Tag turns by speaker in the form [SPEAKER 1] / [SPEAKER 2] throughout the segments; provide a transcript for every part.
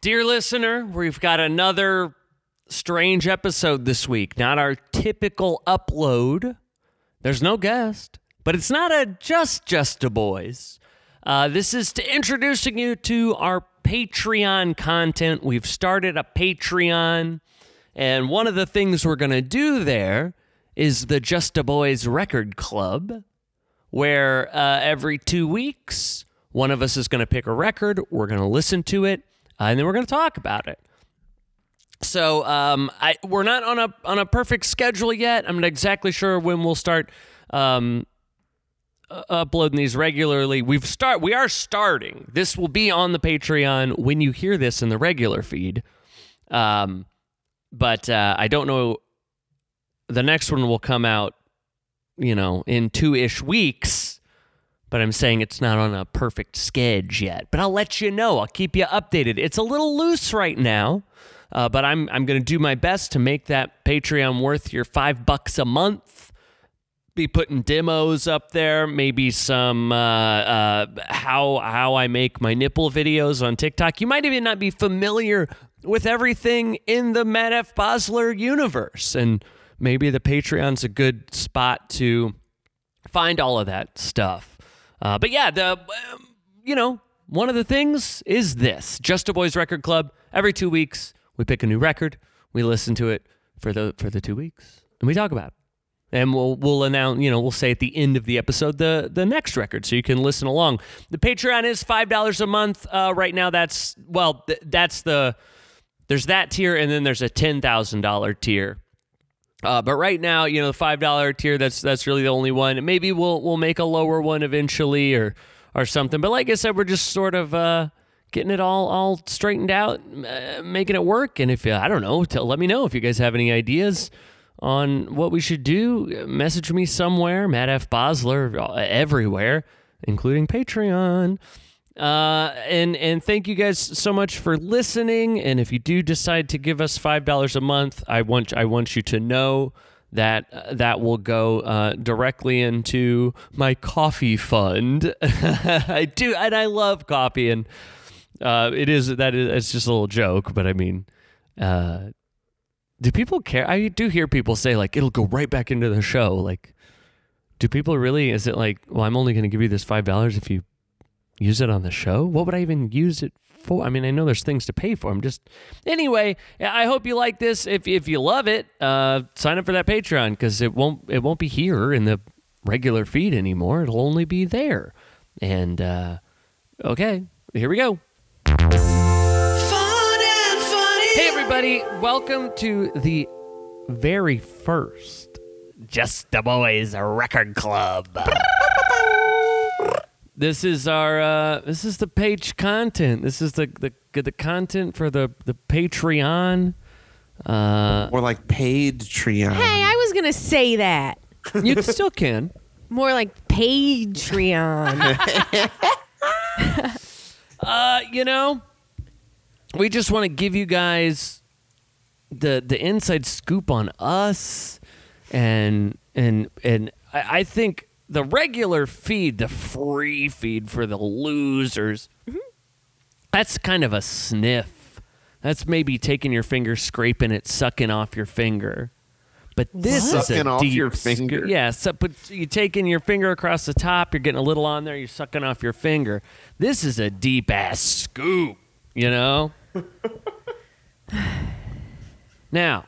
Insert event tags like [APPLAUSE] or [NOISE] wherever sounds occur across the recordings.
[SPEAKER 1] Dear listener, we've got another strange episode this week. Not our typical upload. There's no guest, but it's not a just just a boys. Uh, this is to introducing you to our Patreon content. We've started a Patreon, and one of the things we're gonna do there is the Just a Boys Record Club where uh, every two weeks, one of us is going to pick a record, we're going to listen to it, uh, and then we're going to talk about it. So um, I, we're not on a on a perfect schedule yet. I'm not exactly sure when we'll start um, uh, uploading these regularly. We've start we are starting. This will be on the Patreon when you hear this in the regular feed. Um, but uh, I don't know. The next one will come out you know, in two ish weeks. But I'm saying it's not on a perfect schedule yet. But I'll let you know. I'll keep you updated. It's a little loose right now, uh, but I'm I'm going to do my best to make that Patreon worth your five bucks a month. Be putting demos up there, maybe some uh, uh, how how I make my nipple videos on TikTok. You might even not be familiar with everything in the Matt F. Bosler universe, and maybe the Patreon's a good spot to find all of that stuff. Uh, but yeah, the um, you know one of the things is this: Just a Boys Record Club. Every two weeks, we pick a new record, we listen to it for the for the two weeks, and we talk about it. And we'll we'll announce, you know, we'll say at the end of the episode the the next record, so you can listen along. The Patreon is five dollars a month uh, right now. That's well, th- that's the there's that tier, and then there's a ten thousand dollar tier. Uh, but right now, you know, the five dollar tier that's that's really the only one. Maybe we'll we'll make a lower one eventually or or something. But like I said, we're just sort of uh, getting it all all straightened out, uh, making it work. And if uh, I don't know, tell, let me know if you guys have any ideas on what we should do. Message me somewhere, Matt F Bosler, uh, everywhere, including Patreon. Uh, and and thank you guys so much for listening. And if you do decide to give us five dollars a month, I want I want you to know that uh, that will go uh, directly into my coffee fund. [LAUGHS] I do, and I love coffee, and uh, it is that is it's just a little joke, but I mean. Uh, do people care? I do hear people say like it'll go right back into the show. Like, do people really? Is it like, well, I'm only going to give you this five dollars if you use it on the show? What would I even use it for? I mean, I know there's things to pay for. I'm just anyway. I hope you like this. If if you love it, uh, sign up for that Patreon because it won't it won't be here in the regular feed anymore. It'll only be there. And uh, okay, here we go. Hey everybody, welcome to the very first Just the Boys Record Club. This is our uh, this is the page content. This is the the the content for the the Patreon. Uh,
[SPEAKER 2] Or like paid Patreon.
[SPEAKER 3] Hey, I was gonna say that.
[SPEAKER 1] you still can.
[SPEAKER 3] More like
[SPEAKER 1] [LAUGHS]
[SPEAKER 3] Patreon.
[SPEAKER 1] Uh, you know, we just want to give you guys the the inside scoop on us, and and and I, I think the regular feed, the free feed for the losers, that's kind of a sniff. That's maybe taking your finger, scraping it, sucking off your finger. But this is
[SPEAKER 2] Sucking
[SPEAKER 1] a
[SPEAKER 2] off
[SPEAKER 1] deep
[SPEAKER 2] your finger?
[SPEAKER 1] sc- yeah, so, but you're taking your finger across the top. You're getting a little on there. You're sucking off your finger. This is a deep ass scoop, you
[SPEAKER 2] [LAUGHS]
[SPEAKER 1] know. now,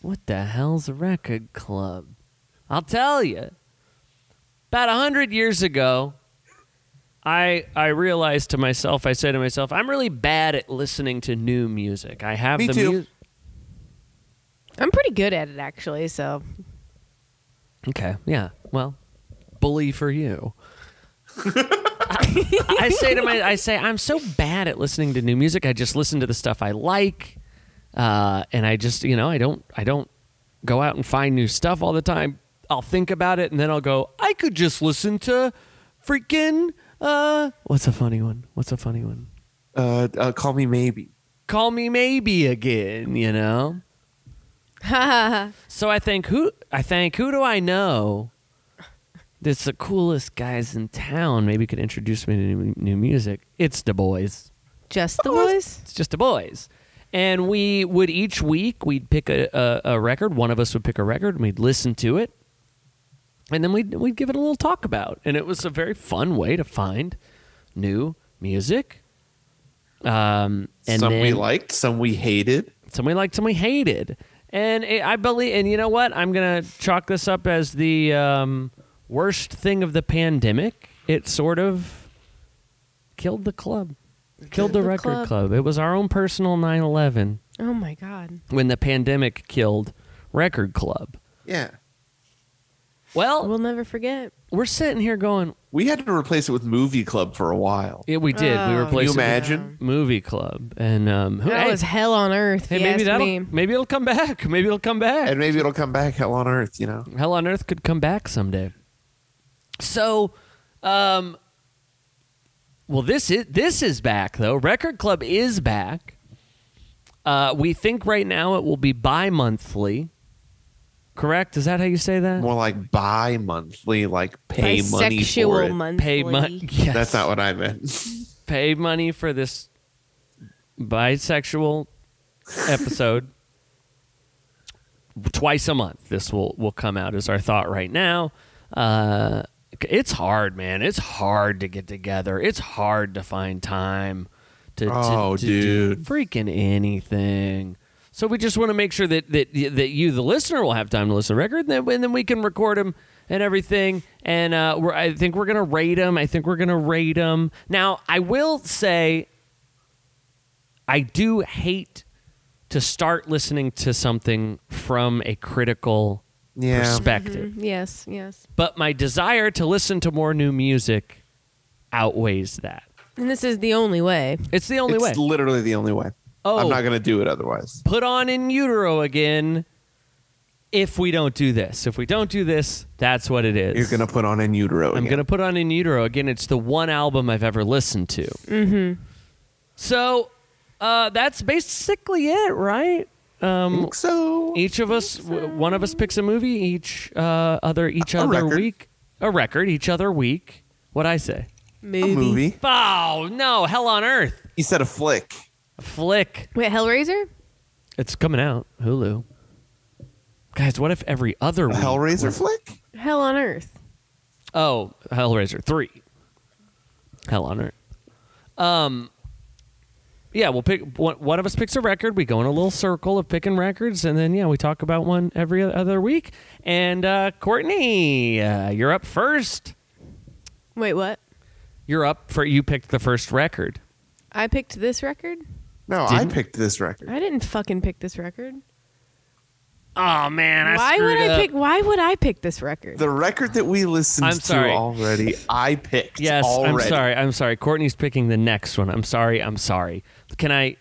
[SPEAKER 1] what the hell's a record club? I'll tell you. About a hundred years ago, I I realized to myself. I said to myself, I'm really bad at listening to new music. I have
[SPEAKER 2] Me
[SPEAKER 1] the
[SPEAKER 2] too.
[SPEAKER 1] music.
[SPEAKER 3] I'm pretty good at it actually, so
[SPEAKER 1] Okay. Yeah. Well, bully for you. I, I say to my, I say I'm so bad at listening to new music. I just listen to the stuff I like, uh, and I just you know I don't I don't go out and find new stuff all the time. I'll think about it and then I'll go. I could just listen to freaking. Uh, what's a funny one? What's a funny one?
[SPEAKER 2] Uh, uh, call me maybe.
[SPEAKER 1] Call me maybe again. You know. So I think who I think who do I know? That's the coolest guys in town. Maybe could introduce me to new, new music. It's the boys.
[SPEAKER 3] Just the boys.
[SPEAKER 1] It's just the boys. And we would each week we'd pick a, a, a record. One of us would pick a record, and we'd listen to it, and then we'd we'd give it a little talk about. And it was a very fun way to find new music. Um, and
[SPEAKER 2] some we
[SPEAKER 1] then-
[SPEAKER 2] liked, some we hated.
[SPEAKER 1] some we liked, some we hated. And it, I believe, and you know what? I'm gonna chalk this up as the um, worst thing of the pandemic. It sort of killed the club, killed the,
[SPEAKER 3] the
[SPEAKER 1] record club.
[SPEAKER 3] club.
[SPEAKER 1] It was our own personal 9/11
[SPEAKER 3] Oh my god.
[SPEAKER 1] when the pandemic killed record club.
[SPEAKER 2] Yeah.
[SPEAKER 1] Well,
[SPEAKER 3] We'll never forget.
[SPEAKER 1] we're sitting here going,
[SPEAKER 2] We had to replace it with movie club for a while.
[SPEAKER 1] yeah, we did. we
[SPEAKER 3] Oh,
[SPEAKER 1] replaced
[SPEAKER 2] Can you
[SPEAKER 1] it with
[SPEAKER 2] imagine?
[SPEAKER 1] movie club, and um, who,
[SPEAKER 3] That
[SPEAKER 1] hey,
[SPEAKER 3] was hell on earth.
[SPEAKER 1] hey,
[SPEAKER 3] if you
[SPEAKER 1] maybe
[SPEAKER 3] ask
[SPEAKER 1] that'll
[SPEAKER 3] me.
[SPEAKER 1] maybe it'll come back. [LAUGHS] Maybe it'll come back.
[SPEAKER 2] And maybe it'll come back hell on earth, you know.
[SPEAKER 1] Hell on Earth could come back someday. So, um, well, this is this is back though. Record Club is back. Uh, we think right now it will be bi-monthly. Correct? Is that how you say that?
[SPEAKER 2] More like bi monthly, like pay money for
[SPEAKER 3] Bisexual
[SPEAKER 2] it.
[SPEAKER 3] monthly.
[SPEAKER 1] Pay money. [LAUGHS] Yes.
[SPEAKER 2] That's not what
[SPEAKER 1] [LAUGHS]
[SPEAKER 2] I meant.
[SPEAKER 1] Pay money for this bisexual episode. Twice a month, this will will come out as our thought right now. Uh, it's hard, man. It's hard to get together. It's hard to find time to, to-
[SPEAKER 2] Oh,
[SPEAKER 1] to do
[SPEAKER 2] dude.
[SPEAKER 1] freaking anything. So we just want to make sure that that that you, the listener, will have time to listen to the record, and then, and then we can record them and everything. And uh, we're, I think we're gonna rate them. I think we're gonna rate them. Now, I will say, I do hate to start listening to something from a critical
[SPEAKER 2] Yeah. Mm-hmm.
[SPEAKER 1] perspective
[SPEAKER 3] Yes, yes.
[SPEAKER 1] but my desire to listen to more new music outweighs that.
[SPEAKER 3] And this is the only way.
[SPEAKER 1] It's the only
[SPEAKER 2] it's
[SPEAKER 1] way.
[SPEAKER 2] literally the only way.
[SPEAKER 1] Oh.
[SPEAKER 2] I'm not going to do it otherwise.
[SPEAKER 1] Put on in utero again if we don't do this. If we don't do this, that's what it is.
[SPEAKER 2] You're going to put on in utero.
[SPEAKER 1] I'm
[SPEAKER 2] again.
[SPEAKER 1] going to put on in utero again. It's the one album I've ever listened to. Mm-hmm. So uh, that's basically it, right? Um,
[SPEAKER 2] Think so.
[SPEAKER 1] each of us, w- one of us picks a movie each uh, other each
[SPEAKER 2] A
[SPEAKER 1] other
[SPEAKER 2] record.
[SPEAKER 1] week. A record each other week. What I say?
[SPEAKER 2] A
[SPEAKER 3] Movie.
[SPEAKER 2] movie.
[SPEAKER 1] Oh no, hell on earth.
[SPEAKER 2] You said a flick.
[SPEAKER 1] Flick.
[SPEAKER 3] Wait, Hellraiser?
[SPEAKER 1] It's coming out, Hulu. Guys, what if every other
[SPEAKER 2] A
[SPEAKER 1] week
[SPEAKER 2] Hellraiser
[SPEAKER 1] was-
[SPEAKER 2] flick?
[SPEAKER 3] Hell on earth.
[SPEAKER 1] Oh, Hellraiser 3. Hell on Earth. Um Yeah, we'll pick one, one of us picks a record, we go in a little circle of picking records and then yeah, we talk about one every other week. And uh Courtney, uh, you're up first.
[SPEAKER 3] Wait, what?
[SPEAKER 1] You're up for you picked the first record.
[SPEAKER 3] I picked this record?
[SPEAKER 2] No, I
[SPEAKER 1] Didn't-
[SPEAKER 2] picked this record.
[SPEAKER 3] I didn't fucking pick this record.
[SPEAKER 1] Oh man, I
[SPEAKER 3] why would
[SPEAKER 1] screwed
[SPEAKER 3] I
[SPEAKER 1] up.
[SPEAKER 3] pick why would I pick this record?
[SPEAKER 2] The record that we listened
[SPEAKER 1] I'm sorry.
[SPEAKER 2] to already, I picked.
[SPEAKER 1] Yes,
[SPEAKER 2] already.
[SPEAKER 1] I'm sorry. I'm sorry. Courtney's picking the next one. I'm sorry. I'm sorry. Can I,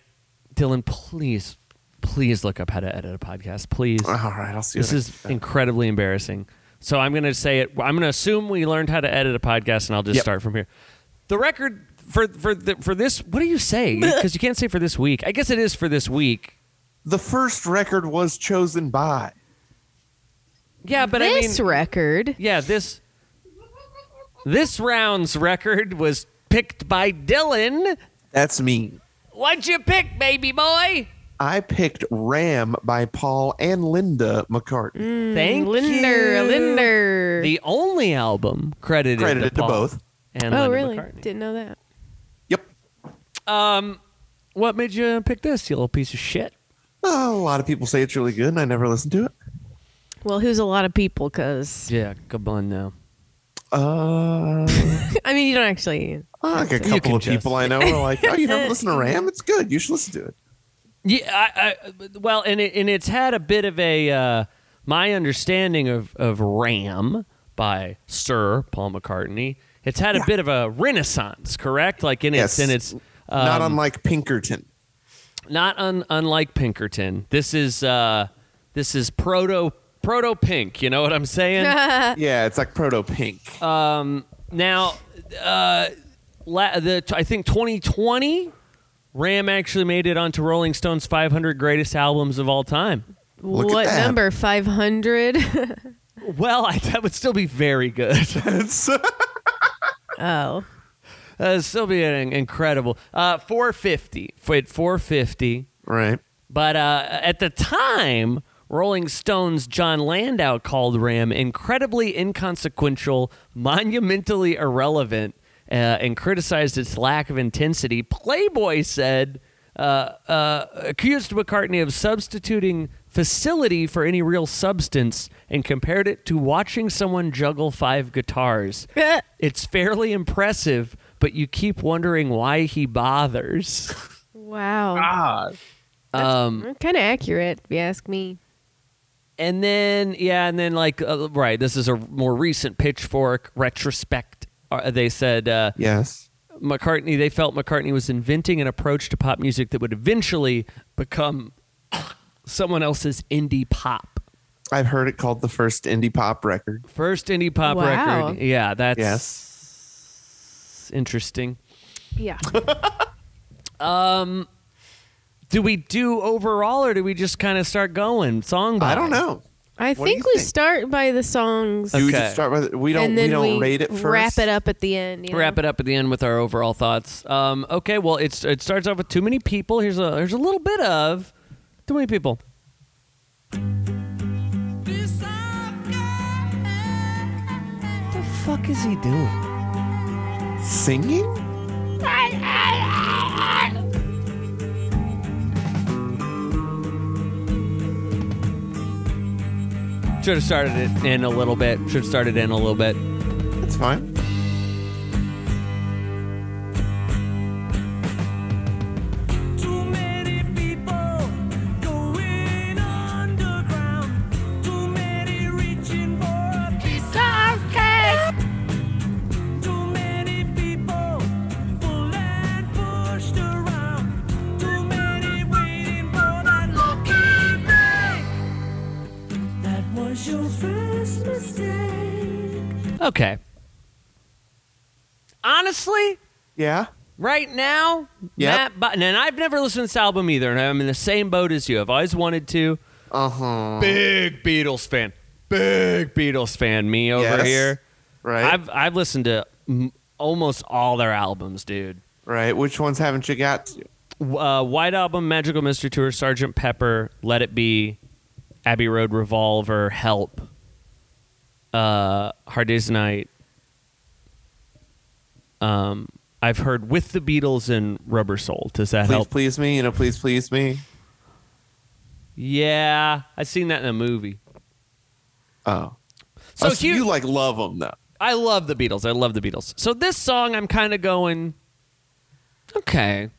[SPEAKER 1] Dylan? Please, please look up how to edit a podcast. Please.
[SPEAKER 2] All right, I'll see.
[SPEAKER 1] This
[SPEAKER 2] what I
[SPEAKER 1] is
[SPEAKER 2] can do.
[SPEAKER 1] incredibly embarrassing. So I'm going to say it. I'm going to assume we learned how to edit a podcast, and I'll just
[SPEAKER 2] Yep.
[SPEAKER 1] start from here. The record for for the, for this. What do you
[SPEAKER 3] [LAUGHS]
[SPEAKER 1] say? Because you can't say for this week. I guess it is for this week.
[SPEAKER 2] the first record was chosen by.
[SPEAKER 1] Yeah, but I mean,
[SPEAKER 3] this record.
[SPEAKER 1] yeah, this this round's record was picked by Dylan.
[SPEAKER 2] That's me.
[SPEAKER 1] What'd you pick, baby boy?
[SPEAKER 2] I picked Ram by Paul and Linda McCartney.
[SPEAKER 1] Thank
[SPEAKER 3] Mm, Linder,
[SPEAKER 1] you.
[SPEAKER 3] Linder.
[SPEAKER 1] The only album credited,
[SPEAKER 2] Credited to
[SPEAKER 1] Paul
[SPEAKER 2] both.
[SPEAKER 1] And
[SPEAKER 3] oh
[SPEAKER 1] Linda
[SPEAKER 3] really?
[SPEAKER 1] McCartney.
[SPEAKER 3] Didn't know that.
[SPEAKER 2] Yep.
[SPEAKER 1] What made you pick this, you little piece of shit?
[SPEAKER 2] Oh, a lot of people say it's really good, and I never listened to it.
[SPEAKER 3] Well, who's a lot of people cuz
[SPEAKER 1] Yeah, come on now.
[SPEAKER 2] Uh,
[SPEAKER 3] [LAUGHS] I mean, you don't actually
[SPEAKER 2] like a
[SPEAKER 1] You can
[SPEAKER 2] couple of
[SPEAKER 1] just-
[SPEAKER 2] people I know are like, "Oh, you never listen to Ram? It's good. You should listen to it."
[SPEAKER 1] Yeah, I, I, well, and it, and it's had a bit of a uh, my understanding of of Ram by Sir Paul McCartney. It's had a bit of a renaissance, correct? Like in
[SPEAKER 2] Yes.
[SPEAKER 1] its in its um,
[SPEAKER 2] Not unlike Pinkerton.
[SPEAKER 1] not un, unlike Pinkerton. This is uh, this is proto proto pink. You know what I'm saying?
[SPEAKER 2] Yeah, it's like proto pink.
[SPEAKER 1] uh, Now, uh, la- the I think 2020, Ram actually made it onto Rolling Stone's 500 greatest albums of all time.
[SPEAKER 2] Look at
[SPEAKER 3] what
[SPEAKER 2] that.
[SPEAKER 3] number 500?
[SPEAKER 1] [LAUGHS] Well, I, that would still be very good.
[SPEAKER 2] It's-
[SPEAKER 3] [LAUGHS] oh. [LAUGHS]
[SPEAKER 1] Uh, Sylvia, in- incredible. Uh, 450. For- At 450.
[SPEAKER 2] Right.
[SPEAKER 1] But uh, at the time, Rolling Stone's John Landau called Ram incredibly inconsequential, monumentally irrelevant, uh, and criticized its lack of intensity. Playboy said, uh, uh, accused McCartney of substituting facility for any real substance and compared it to watching someone juggle five guitars. it's fairly impressive, but you keep wondering why he bothers.
[SPEAKER 3] wow.
[SPEAKER 2] God.
[SPEAKER 1] Um,
[SPEAKER 3] kind of accurate, if you ask me.
[SPEAKER 1] And then, yeah, and then like, uh, right, this is a more recent Pitchfork retrospect. Uh, they said uh,
[SPEAKER 2] Yes.
[SPEAKER 1] McCartney, they felt McCartney was inventing an approach to pop music that would eventually become someone else's indie pop.
[SPEAKER 2] I've heard it called the first indie pop record.
[SPEAKER 1] First indie pop
[SPEAKER 3] Wow.
[SPEAKER 1] record. Yeah, that's
[SPEAKER 2] Yes.
[SPEAKER 1] interesting.
[SPEAKER 2] [LAUGHS]
[SPEAKER 3] Yeah.
[SPEAKER 1] Do we do overall or do we just kind of start going song by?
[SPEAKER 2] I don't know.
[SPEAKER 3] I
[SPEAKER 2] What do
[SPEAKER 3] think
[SPEAKER 2] you
[SPEAKER 3] we
[SPEAKER 2] think?
[SPEAKER 3] start by the songs
[SPEAKER 2] Do we
[SPEAKER 1] Okay.
[SPEAKER 2] just start with we don't
[SPEAKER 3] and then
[SPEAKER 2] we don't
[SPEAKER 3] we
[SPEAKER 2] rate it first.
[SPEAKER 3] wrap it up at the end. You know?
[SPEAKER 1] Wrap it up at the end with our overall thoughts. Um, okay, well, it's it starts off with too many people. Here's a here's a little bit of too many people. What the fuck is he doing?
[SPEAKER 2] Singing?
[SPEAKER 1] Should have started it in a little bit. Should have started in a little bit.
[SPEAKER 2] That's fine.
[SPEAKER 4] Too many people going underground. Too many reaching for a piece of cake. Too many people pulled and pushed around. Too many waiting for that lucky break. That was your first mistake.
[SPEAKER 1] Okay. Honestly,
[SPEAKER 2] Yeah.
[SPEAKER 1] right now,
[SPEAKER 2] Yep.
[SPEAKER 1] Matt Button, and I've never listened to this album either, and I'm in the same boat as you. I've always wanted to.
[SPEAKER 2] Uh
[SPEAKER 1] Uh-huh.
[SPEAKER 2] huh.
[SPEAKER 1] Big Beatles fan. Big Beatles fan. Me over
[SPEAKER 2] Yes.
[SPEAKER 1] here.
[SPEAKER 2] Right.
[SPEAKER 1] I've I've listened to m- almost all their albums, dude.
[SPEAKER 2] right. Which ones haven't you got? to?
[SPEAKER 1] W- Uh, White Album, Magical Mystery Tour, Sergeant Pepper, Let It Be, Abbey Road Revolver, Help, uh, Hard Day's Night. Um, I've heard with the Beatles and Rubber Soul. Does that
[SPEAKER 2] Please
[SPEAKER 1] help?
[SPEAKER 2] please me. You know, please please me.
[SPEAKER 1] Yeah, I've seen that in a movie.
[SPEAKER 2] Oh.
[SPEAKER 1] So,
[SPEAKER 2] Oh,
[SPEAKER 1] here-
[SPEAKER 2] you like love them though.
[SPEAKER 1] I love the Beatles. I love the Beatles. So this song, I'm kind of going, okay,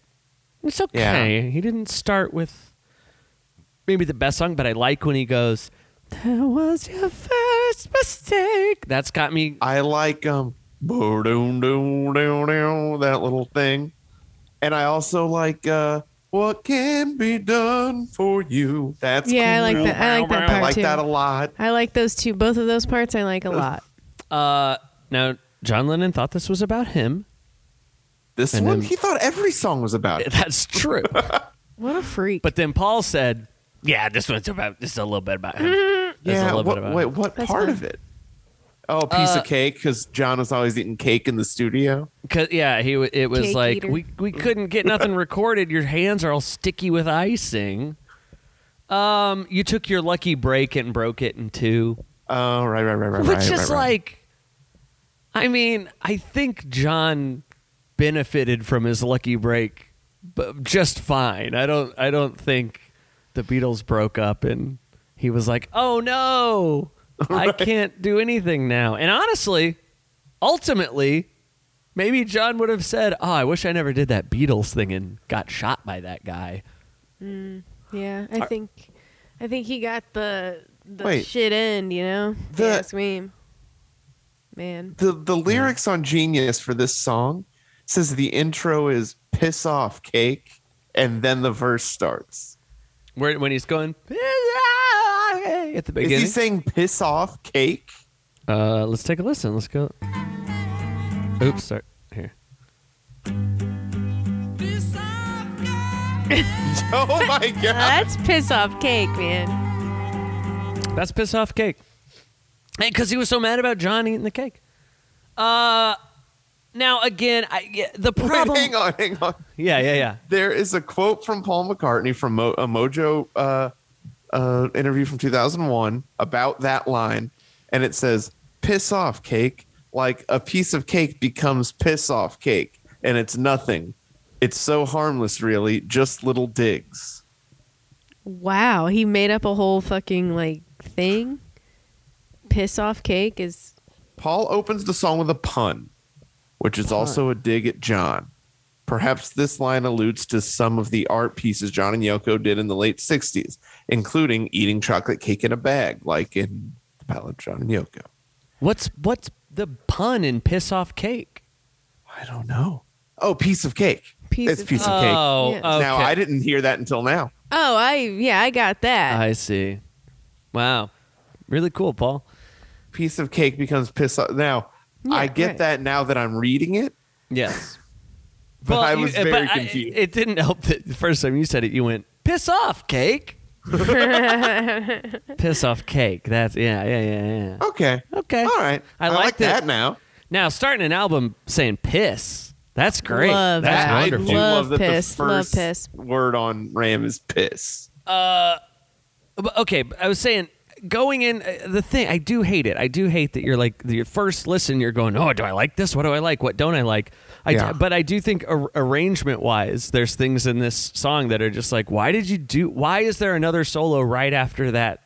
[SPEAKER 1] it's okay. He didn't start with maybe the best song, but I like when he goes, "That was your first mistake." That's got me.
[SPEAKER 2] I like um boo-doo-doo-doo-doo, that little thing. And I also like uh what can be done for you. That's
[SPEAKER 3] Yeah, I like
[SPEAKER 2] cool.
[SPEAKER 3] that. I like that
[SPEAKER 2] I
[SPEAKER 3] part
[SPEAKER 2] like
[SPEAKER 3] too.
[SPEAKER 2] that a lot.
[SPEAKER 3] I like those two. Both of those parts I like a lot.
[SPEAKER 2] [LAUGHS]
[SPEAKER 1] Uh, now John Lennon thought this was about him. [LAUGHS]
[SPEAKER 2] This
[SPEAKER 1] And
[SPEAKER 2] one
[SPEAKER 1] then-
[SPEAKER 2] he thought every song was about. it.
[SPEAKER 1] That's true.
[SPEAKER 3] What a freak.
[SPEAKER 1] but then Paul said, "Yeah, this one's about. This is a little bit about him." This is a
[SPEAKER 2] Yeah,
[SPEAKER 1] little
[SPEAKER 2] what,
[SPEAKER 1] bit about
[SPEAKER 2] wait,
[SPEAKER 1] him.
[SPEAKER 2] what
[SPEAKER 3] That's
[SPEAKER 2] part
[SPEAKER 3] fine.
[SPEAKER 2] of it? Oh, a piece
[SPEAKER 1] Uh,
[SPEAKER 2] of cake because John was always eating cake in the studio.
[SPEAKER 1] Cause yeah, he w- it was
[SPEAKER 3] Cake
[SPEAKER 1] like
[SPEAKER 3] eater.
[SPEAKER 1] we we couldn't get nothing recorded. Your hands are all sticky with icing. Um, you took your lucky break and broke it in two,
[SPEAKER 2] Oh, right, right, right, right,
[SPEAKER 1] which
[SPEAKER 2] right,
[SPEAKER 1] is
[SPEAKER 2] right, right.
[SPEAKER 1] like, I mean, I think John benefited from his lucky break, but just fine. I don't I don't think the Beatles broke up and he was like, oh
[SPEAKER 2] [LAUGHS]
[SPEAKER 1] no, I can't do anything now. And honestly, ultimately, maybe John would have said, "Oh, I wish I never did that Beatles thing and got shot by that guy."
[SPEAKER 3] yeah, I think I think he got the the
[SPEAKER 2] Wait.
[SPEAKER 3] shit end, you know? If you
[SPEAKER 2] The-
[SPEAKER 3] ask me. Man.
[SPEAKER 2] the the lyrics on Genius for this song says the intro is piss off cake and then the verse starts.
[SPEAKER 1] Where when he's going at the
[SPEAKER 2] Is he
[SPEAKER 1] beginning.
[SPEAKER 2] saying piss off cake? [LAUGHS]
[SPEAKER 1] uh, let's take a listen. Let's go. Oops, sorry. Here.
[SPEAKER 4] Piece of cake.
[SPEAKER 2] Oh
[SPEAKER 1] [LAUGHS]
[SPEAKER 2] my god.
[SPEAKER 3] Uh, That's piss off cake, man.
[SPEAKER 1] That's piss off cake. Hey, because he was so mad about John eating the cake. Uh, Now again, I, yeah, the
[SPEAKER 2] Wait,
[SPEAKER 1] problem.
[SPEAKER 2] hang on, hang on.
[SPEAKER 1] Yeah, yeah, yeah.
[SPEAKER 2] There is a quote from Paul McCartney from Mo- a Mojo uh, uh, interview from 2001 about that line, and it says, "Piss off, cake." Like a piece of cake becomes piss off cake, and it's nothing. It's so harmless, really, just little digs.
[SPEAKER 3] Wow, he made up a whole fucking like thing. Piss off cake is
[SPEAKER 2] Paul opens the song with a pun, which is also a dig at John. Perhaps this line alludes to some of the art pieces John and Yoko did in the late 60s, including eating chocolate cake in a bag, like in The Ballad of John and Yoko.
[SPEAKER 1] What's what's the pun in piss off cake?
[SPEAKER 2] I don't know. Oh, piece of cake.
[SPEAKER 3] Piece
[SPEAKER 2] it's
[SPEAKER 3] of
[SPEAKER 2] piece of cake.
[SPEAKER 1] Oh,
[SPEAKER 3] Yes.
[SPEAKER 1] okay.
[SPEAKER 2] Now, I didn't hear that until now.
[SPEAKER 3] Oh, I yeah, I got that.
[SPEAKER 1] I see. Wow, really cool, Paul.
[SPEAKER 2] Piece of cake becomes piss off. Now,
[SPEAKER 3] Yeah,
[SPEAKER 2] I get
[SPEAKER 3] right.
[SPEAKER 2] that now that I'm reading it,
[SPEAKER 1] Yes,
[SPEAKER 2] [LAUGHS] but
[SPEAKER 1] Well,
[SPEAKER 2] I
[SPEAKER 1] you-
[SPEAKER 2] was
[SPEAKER 1] uh, but
[SPEAKER 2] very
[SPEAKER 1] I-
[SPEAKER 2] confused.
[SPEAKER 1] it didn't help that the first time you said it, you went piss off
[SPEAKER 2] [LAUGHS]
[SPEAKER 1] cake.
[SPEAKER 3] [LAUGHS]
[SPEAKER 1] piss off cake. That's yeah, yeah, yeah, yeah.
[SPEAKER 2] okay.
[SPEAKER 1] Okay.
[SPEAKER 2] All right.
[SPEAKER 1] I
[SPEAKER 2] I,
[SPEAKER 1] like
[SPEAKER 2] like
[SPEAKER 1] that.
[SPEAKER 2] that now.
[SPEAKER 1] Now starting an album saying piss. That's great.
[SPEAKER 3] Love
[SPEAKER 1] That's
[SPEAKER 3] that.
[SPEAKER 2] I
[SPEAKER 1] wonderful.
[SPEAKER 2] do
[SPEAKER 3] Love
[SPEAKER 2] love, that
[SPEAKER 3] piss,
[SPEAKER 2] the
[SPEAKER 3] love
[SPEAKER 2] first
[SPEAKER 3] piss.
[SPEAKER 2] word on Ram is piss.
[SPEAKER 1] But, okay, but I was saying going in uh, the thing. I do hate it. I do hate that you're like your first listen. You're going, oh, do I like this? What do I like? What don't I like? I
[SPEAKER 2] Yeah.
[SPEAKER 1] d- but I do think ar- arrangement wise, there's things in this song that are just like, why did you do? Why is there another solo right after that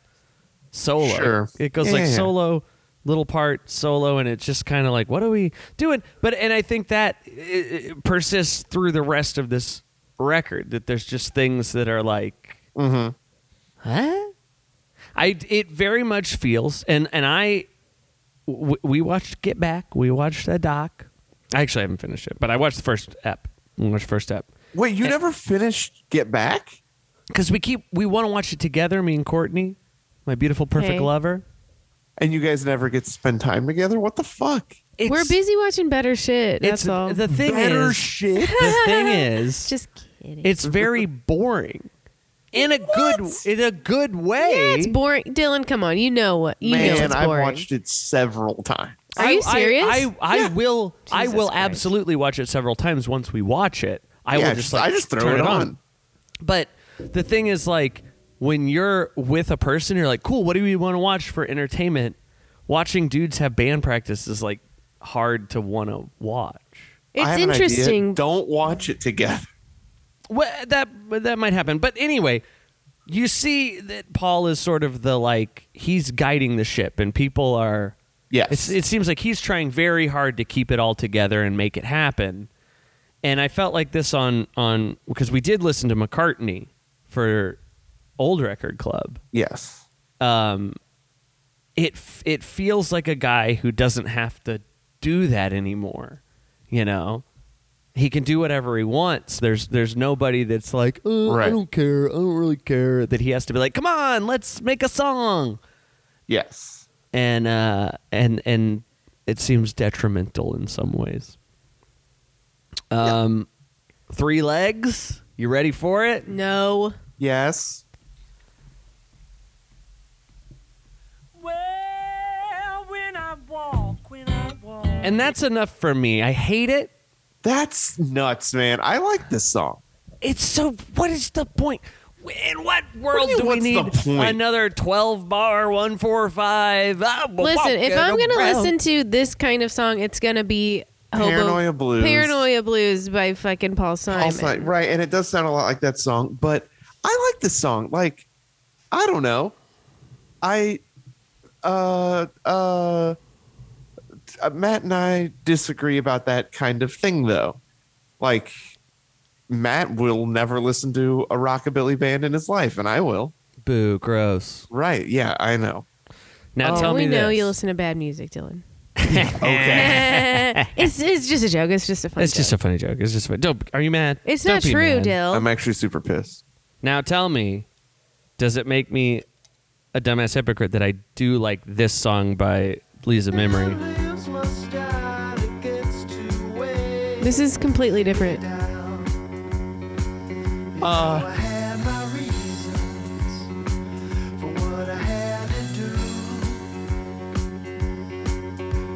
[SPEAKER 1] solo?
[SPEAKER 2] Sure.
[SPEAKER 1] It goes
[SPEAKER 2] Yeah,
[SPEAKER 1] like
[SPEAKER 2] yeah, yeah.
[SPEAKER 1] solo. Little part solo, and it's just kind of like, what are we doing? But and I think that uh, persists through the rest of this record. That there's just things that are like,
[SPEAKER 2] Mm-hmm.
[SPEAKER 1] Huh? I it very much feels and and I w- we watched Get Back. We watched a doc. I actually haven't finished it, but I watched the first ep. We watched the first ep
[SPEAKER 2] Wait, you never finished Get Back?
[SPEAKER 1] because we keep we want to watch it together. Me and Courtney, my beautiful perfect
[SPEAKER 3] Hey.
[SPEAKER 1] lover.
[SPEAKER 2] And you guys never get to spend time together? What the fuck?
[SPEAKER 1] It's,
[SPEAKER 3] We're busy watching better shit.
[SPEAKER 1] It's
[SPEAKER 3] That's all.
[SPEAKER 1] the thing
[SPEAKER 2] Better
[SPEAKER 1] is
[SPEAKER 2] shit.
[SPEAKER 1] the thing is
[SPEAKER 3] [LAUGHS] Just kidding.
[SPEAKER 1] it's very boring in a good in a good way.
[SPEAKER 3] yeah, it's boring. Dylan, come on. You know what? You know
[SPEAKER 2] Man,
[SPEAKER 3] it's
[SPEAKER 2] I've
[SPEAKER 3] boring.
[SPEAKER 2] watched it several times.
[SPEAKER 3] Are you
[SPEAKER 1] I- I-
[SPEAKER 3] serious?
[SPEAKER 1] I, I, will I
[SPEAKER 3] Jesus
[SPEAKER 1] will
[SPEAKER 3] Christ.
[SPEAKER 1] absolutely watch it several times once we watch it. I
[SPEAKER 2] Yeah,
[SPEAKER 1] will just
[SPEAKER 2] just-
[SPEAKER 1] like
[SPEAKER 2] I just throw
[SPEAKER 1] turn
[SPEAKER 2] it
[SPEAKER 1] on.
[SPEAKER 2] on.
[SPEAKER 1] But the thing is like when you're with a person you're like, "Cool, what do we want to watch for entertainment?" Watching dudes have band practice is like hard to want to watch.
[SPEAKER 2] I
[SPEAKER 3] it's
[SPEAKER 2] have an idea.
[SPEAKER 3] interesting.
[SPEAKER 2] Don't watch it together.
[SPEAKER 1] Well, that that might happen. But anyway, you see that Paul is sort of the like he's guiding the ship and people are
[SPEAKER 2] Yes.
[SPEAKER 1] It's, it seems like he's trying very hard to keep it all together and make it happen. And I felt like this on on because we did listen to McCartney for Old Record Club.
[SPEAKER 2] yes.
[SPEAKER 1] Um, it f- it feels like a guy who doesn't have to do that anymore. You know, he can do whatever he wants. There's there's nobody that's like, "Uh, I
[SPEAKER 2] Right.
[SPEAKER 1] don't care, I don't really care. That he has to be like, come on, let's make a song
[SPEAKER 2] Yes.
[SPEAKER 1] and uh, and and it seems detrimental in some ways. Um, three legs. You ready for it?
[SPEAKER 3] No.
[SPEAKER 2] Yes.
[SPEAKER 4] Well, when I walk, when I walk.
[SPEAKER 1] And that's enough for me. I hate it.
[SPEAKER 2] That's nuts, man. I like this song.
[SPEAKER 1] It's so. What is the point? In what world
[SPEAKER 2] do you-
[SPEAKER 1] do, we
[SPEAKER 2] what's the
[SPEAKER 1] need
[SPEAKER 2] point?
[SPEAKER 1] another twelve bar one four five? Ah,
[SPEAKER 3] Listen, if I'm gonna listen to this kind of song, it's gonna be Hobo-
[SPEAKER 2] Paranoia Blues.
[SPEAKER 3] Paranoia Blues by fucking Paul Simon.
[SPEAKER 2] All side- right, and it does sound a lot like that song, but I like this song. Like, I don't know, I, uh, uh, uh, Matt and I disagree about that kind of thing, though. Like, Matt will never listen to a rockabilly band in his life, and I will.
[SPEAKER 1] boo, gross.
[SPEAKER 2] Right? Yeah, I know.
[SPEAKER 1] Now
[SPEAKER 2] Oh.
[SPEAKER 1] tell
[SPEAKER 3] we
[SPEAKER 1] me
[SPEAKER 3] know
[SPEAKER 1] this.
[SPEAKER 3] you listen to bad music,
[SPEAKER 1] [LAUGHS]
[SPEAKER 3] Dylan.
[SPEAKER 2] Okay.
[SPEAKER 3] [LAUGHS] it's it's just a joke. It's just a fun.
[SPEAKER 1] It's just a funny joke. It's just funny. Don't. Are you mad?
[SPEAKER 3] It's
[SPEAKER 1] Don't
[SPEAKER 3] not
[SPEAKER 1] be
[SPEAKER 3] true,
[SPEAKER 1] mad.
[SPEAKER 3] Dill.
[SPEAKER 2] I'm actually super pissed.
[SPEAKER 1] Now tell me, does it make me a dumbass hypocrite that I do like this song by Lisa Memory?
[SPEAKER 3] [LAUGHS] this is completely different.
[SPEAKER 2] Uh,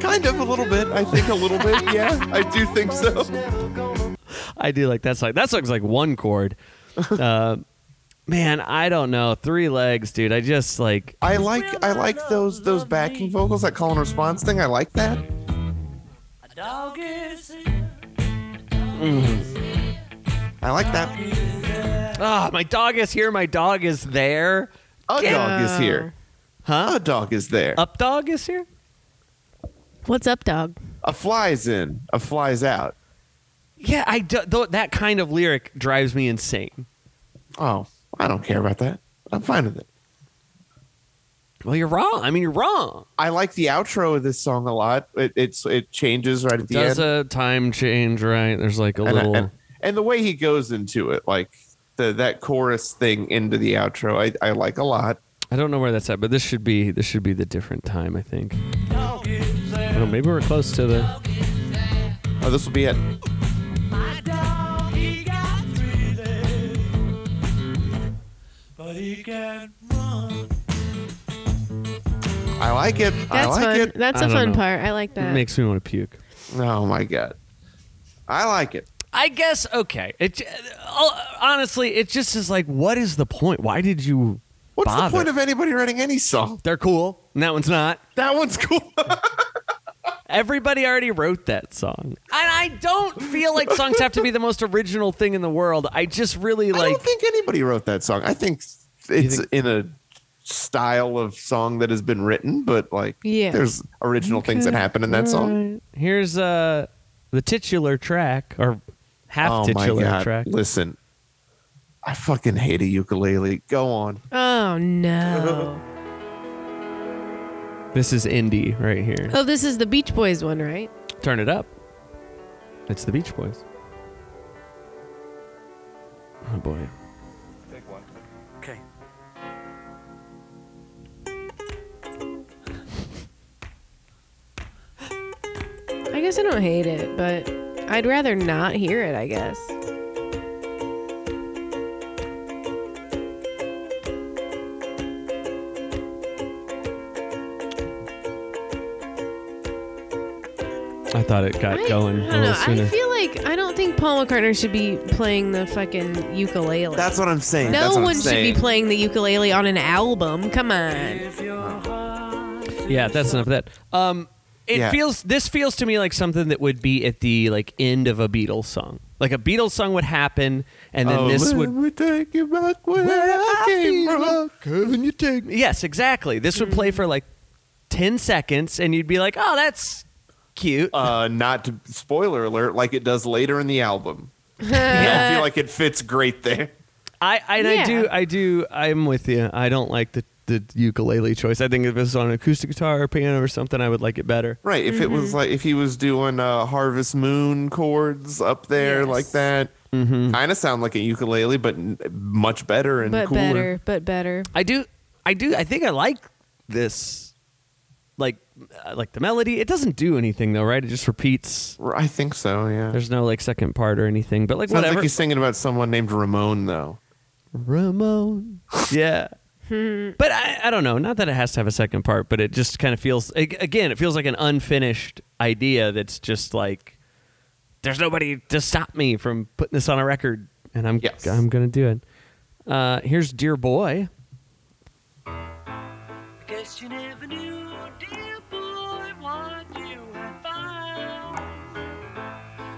[SPEAKER 2] Kind of a little bit. I think a little bit. Yeah, I do think so.
[SPEAKER 1] I do like that song. That song's like one
[SPEAKER 3] [LAUGHS]
[SPEAKER 1] chord. Uh, man, I don't know. Three legs, dude. I just like.
[SPEAKER 2] I like I like those those backing vocals, that call and response thing. I like that.
[SPEAKER 4] A dog is sick.
[SPEAKER 2] I like that.
[SPEAKER 1] Ah, my dog is here. My dog is there.
[SPEAKER 2] A dog
[SPEAKER 3] Uh,
[SPEAKER 2] is here.
[SPEAKER 1] Huh?
[SPEAKER 2] A dog is there.
[SPEAKER 1] Up dog is here.
[SPEAKER 3] What's up, dog?
[SPEAKER 2] A fly's in. A fly's out.
[SPEAKER 1] Yeah, I do, though, that kind of lyric drives me insane.
[SPEAKER 2] Oh, I don't care about that. I'm fine with it.
[SPEAKER 1] Well, you're wrong. I mean, you're wrong.
[SPEAKER 2] I like the outro of this song a lot. It it's it changes right at the
[SPEAKER 1] Does
[SPEAKER 2] end,
[SPEAKER 1] a time change, right? There's like a
[SPEAKER 2] and, I-
[SPEAKER 1] little.
[SPEAKER 2] and and the way he goes into it, like the that chorus thing into the outro, I I like a lot.
[SPEAKER 1] I don't know where that's at, but this should be this should be the different time. I think.
[SPEAKER 4] Dog is there.
[SPEAKER 1] Oh, maybe we're close to the.
[SPEAKER 2] Oh, this will be it.
[SPEAKER 4] My dog, he got three legs. But he can't run.
[SPEAKER 2] I like it. I
[SPEAKER 3] That's
[SPEAKER 2] like
[SPEAKER 3] fun.
[SPEAKER 2] it.
[SPEAKER 3] That's
[SPEAKER 1] I
[SPEAKER 3] a
[SPEAKER 1] don't
[SPEAKER 3] fun
[SPEAKER 1] know.
[SPEAKER 3] part. I like
[SPEAKER 1] It
[SPEAKER 3] that.
[SPEAKER 1] makes me want to puke.
[SPEAKER 2] Oh my god, I like it.
[SPEAKER 1] I guess okay. It j- uh, honestly, it just is like, what is the point? Why did you?
[SPEAKER 2] What's
[SPEAKER 1] bother?
[SPEAKER 2] the point of anybody writing any song?
[SPEAKER 1] They're cool. And that one's not.
[SPEAKER 2] That one's cool.
[SPEAKER 1] Everybody already wrote that song, and I don't feel like songs have to be the most original thing in the world. I just really
[SPEAKER 2] I
[SPEAKER 1] like.
[SPEAKER 2] don't think anybody wrote that song. I think it's
[SPEAKER 1] think-
[SPEAKER 2] in a style of song that has been written, but like
[SPEAKER 3] Yeah.
[SPEAKER 2] there's original things that happen in that song.
[SPEAKER 1] Here's uh the titular track or half
[SPEAKER 2] oh my
[SPEAKER 1] titular
[SPEAKER 2] god!
[SPEAKER 1] track.
[SPEAKER 2] Listen, I fucking hate a ukulele. Go on.
[SPEAKER 3] Oh
[SPEAKER 2] [LAUGHS]
[SPEAKER 3] no.
[SPEAKER 1] This is indie right here.
[SPEAKER 3] Oh, this is the Beach Boys one, right?
[SPEAKER 1] Turn it up. It's the Beach Boys. Oh boy.
[SPEAKER 4] Okay.
[SPEAKER 3] I guess I don't hate it, but I'd rather not hear it, I guess.
[SPEAKER 1] I thought it got
[SPEAKER 3] I,
[SPEAKER 1] going
[SPEAKER 3] I
[SPEAKER 1] a
[SPEAKER 3] don't know.
[SPEAKER 1] little
[SPEAKER 3] I
[SPEAKER 1] sooner.
[SPEAKER 3] feel like I don't think Paul McCartney should be playing the fucking ukulele.
[SPEAKER 2] That's what I'm saying.
[SPEAKER 3] no
[SPEAKER 2] That's what I'm
[SPEAKER 3] one should
[SPEAKER 2] saying.
[SPEAKER 3] be playing the ukulele on an album. Come on.
[SPEAKER 4] If your heart
[SPEAKER 1] Yeah, that's enough of that. Um, it
[SPEAKER 2] Yeah.
[SPEAKER 1] feels this feels to me like something that would be at the like end of a Beatles song. Like a Beatles song would happen, and then
[SPEAKER 2] Oh,
[SPEAKER 1] this
[SPEAKER 2] let
[SPEAKER 1] would
[SPEAKER 2] me take you back where, I came from. Couldn't you take me?
[SPEAKER 1] yes, exactly. This would play for like ten seconds, and you'd be like, oh, that's cute.
[SPEAKER 2] Uh, not to spoiler alert, like it does later in the album. I feel like it fits great there.
[SPEAKER 1] I I- and I
[SPEAKER 3] Yeah.
[SPEAKER 1] do I do I'm with you. I don't like the the ukulele choice. I think if it was on acoustic guitar or piano or something, I would like it better.
[SPEAKER 2] Right. If it was
[SPEAKER 3] Mm-hmm.
[SPEAKER 2] like if he was doing uh, Harvest Moon chords up there
[SPEAKER 3] Yes.
[SPEAKER 2] like that,
[SPEAKER 1] Mm-hmm.
[SPEAKER 2] kind of sound like a ukulele, but n- much better and
[SPEAKER 3] But
[SPEAKER 2] cooler.
[SPEAKER 3] better, but better.
[SPEAKER 1] I do I do I think I like this like I like the melody. It doesn't do anything though, right? It just repeats.
[SPEAKER 2] R- I think so. Yeah.
[SPEAKER 1] There's no like second part or anything, but like
[SPEAKER 2] Sounds
[SPEAKER 1] whatever.
[SPEAKER 2] like he's singing about someone named Ramon though.
[SPEAKER 1] Ramon. [LAUGHS] Yeah. but I, I don't know. Not that it has to have a second part, but it just kind of feels ag- again, it feels like an unfinished idea that's just like there's nobody to stop me from putting this on a record and I'm
[SPEAKER 2] Yes.
[SPEAKER 1] I'm going to do it. Uh here's Dear Boy.
[SPEAKER 4] Guess you never knew, dear boy, what you had found.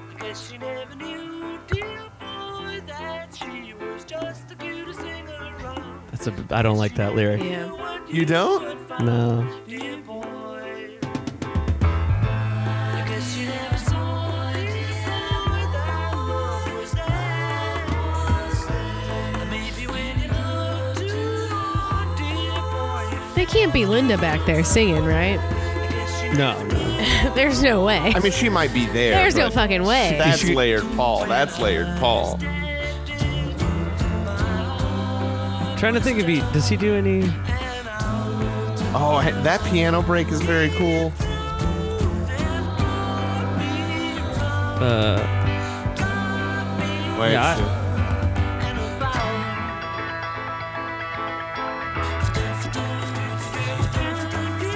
[SPEAKER 4] I guess you never knew, dear boy, that she was just the cutest thing around.
[SPEAKER 1] That's a I don't like that lyric.
[SPEAKER 3] Yeah.
[SPEAKER 2] You don't?
[SPEAKER 1] No.
[SPEAKER 4] Dear boy. I guess you never saw it, dear boy, that love was there. And maybe when you looked too hard, dear boy,
[SPEAKER 3] They can't be Linda back there singing, right? [LAUGHS]
[SPEAKER 4] I guess you
[SPEAKER 1] No. no.
[SPEAKER 3] There's no way.
[SPEAKER 2] I mean, she might be there.
[SPEAKER 3] There's no
[SPEAKER 2] but
[SPEAKER 3] fucking way.
[SPEAKER 2] That's
[SPEAKER 1] She-
[SPEAKER 2] layered Paul. That's layered Paul.
[SPEAKER 1] Trying to think if he does he do any
[SPEAKER 2] Oh, I- that piano break is very cool.
[SPEAKER 1] uh
[SPEAKER 2] Wait.
[SPEAKER 1] Yeah,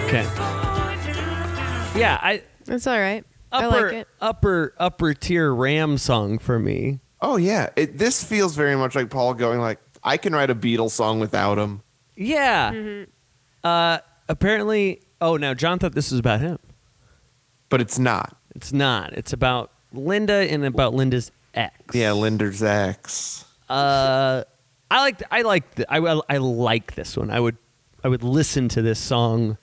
[SPEAKER 1] okay. yeah, I
[SPEAKER 3] That's all right. I
[SPEAKER 1] upper
[SPEAKER 3] like it.
[SPEAKER 1] upper upper tier Ram song for me.
[SPEAKER 2] Oh yeah, it, this feels very much like Paul going like, I can write a Beatles song without him.
[SPEAKER 1] Yeah.
[SPEAKER 3] Mm-hmm.
[SPEAKER 1] Uh, apparently, oh, now John thought this was about him.
[SPEAKER 2] but it's not.
[SPEAKER 1] It's not. It's about Linda and about Linda's ex.
[SPEAKER 2] Yeah, Linder's ex.
[SPEAKER 1] Uh, I like. I like. th- I will- I like this one. I would. I would listen to this song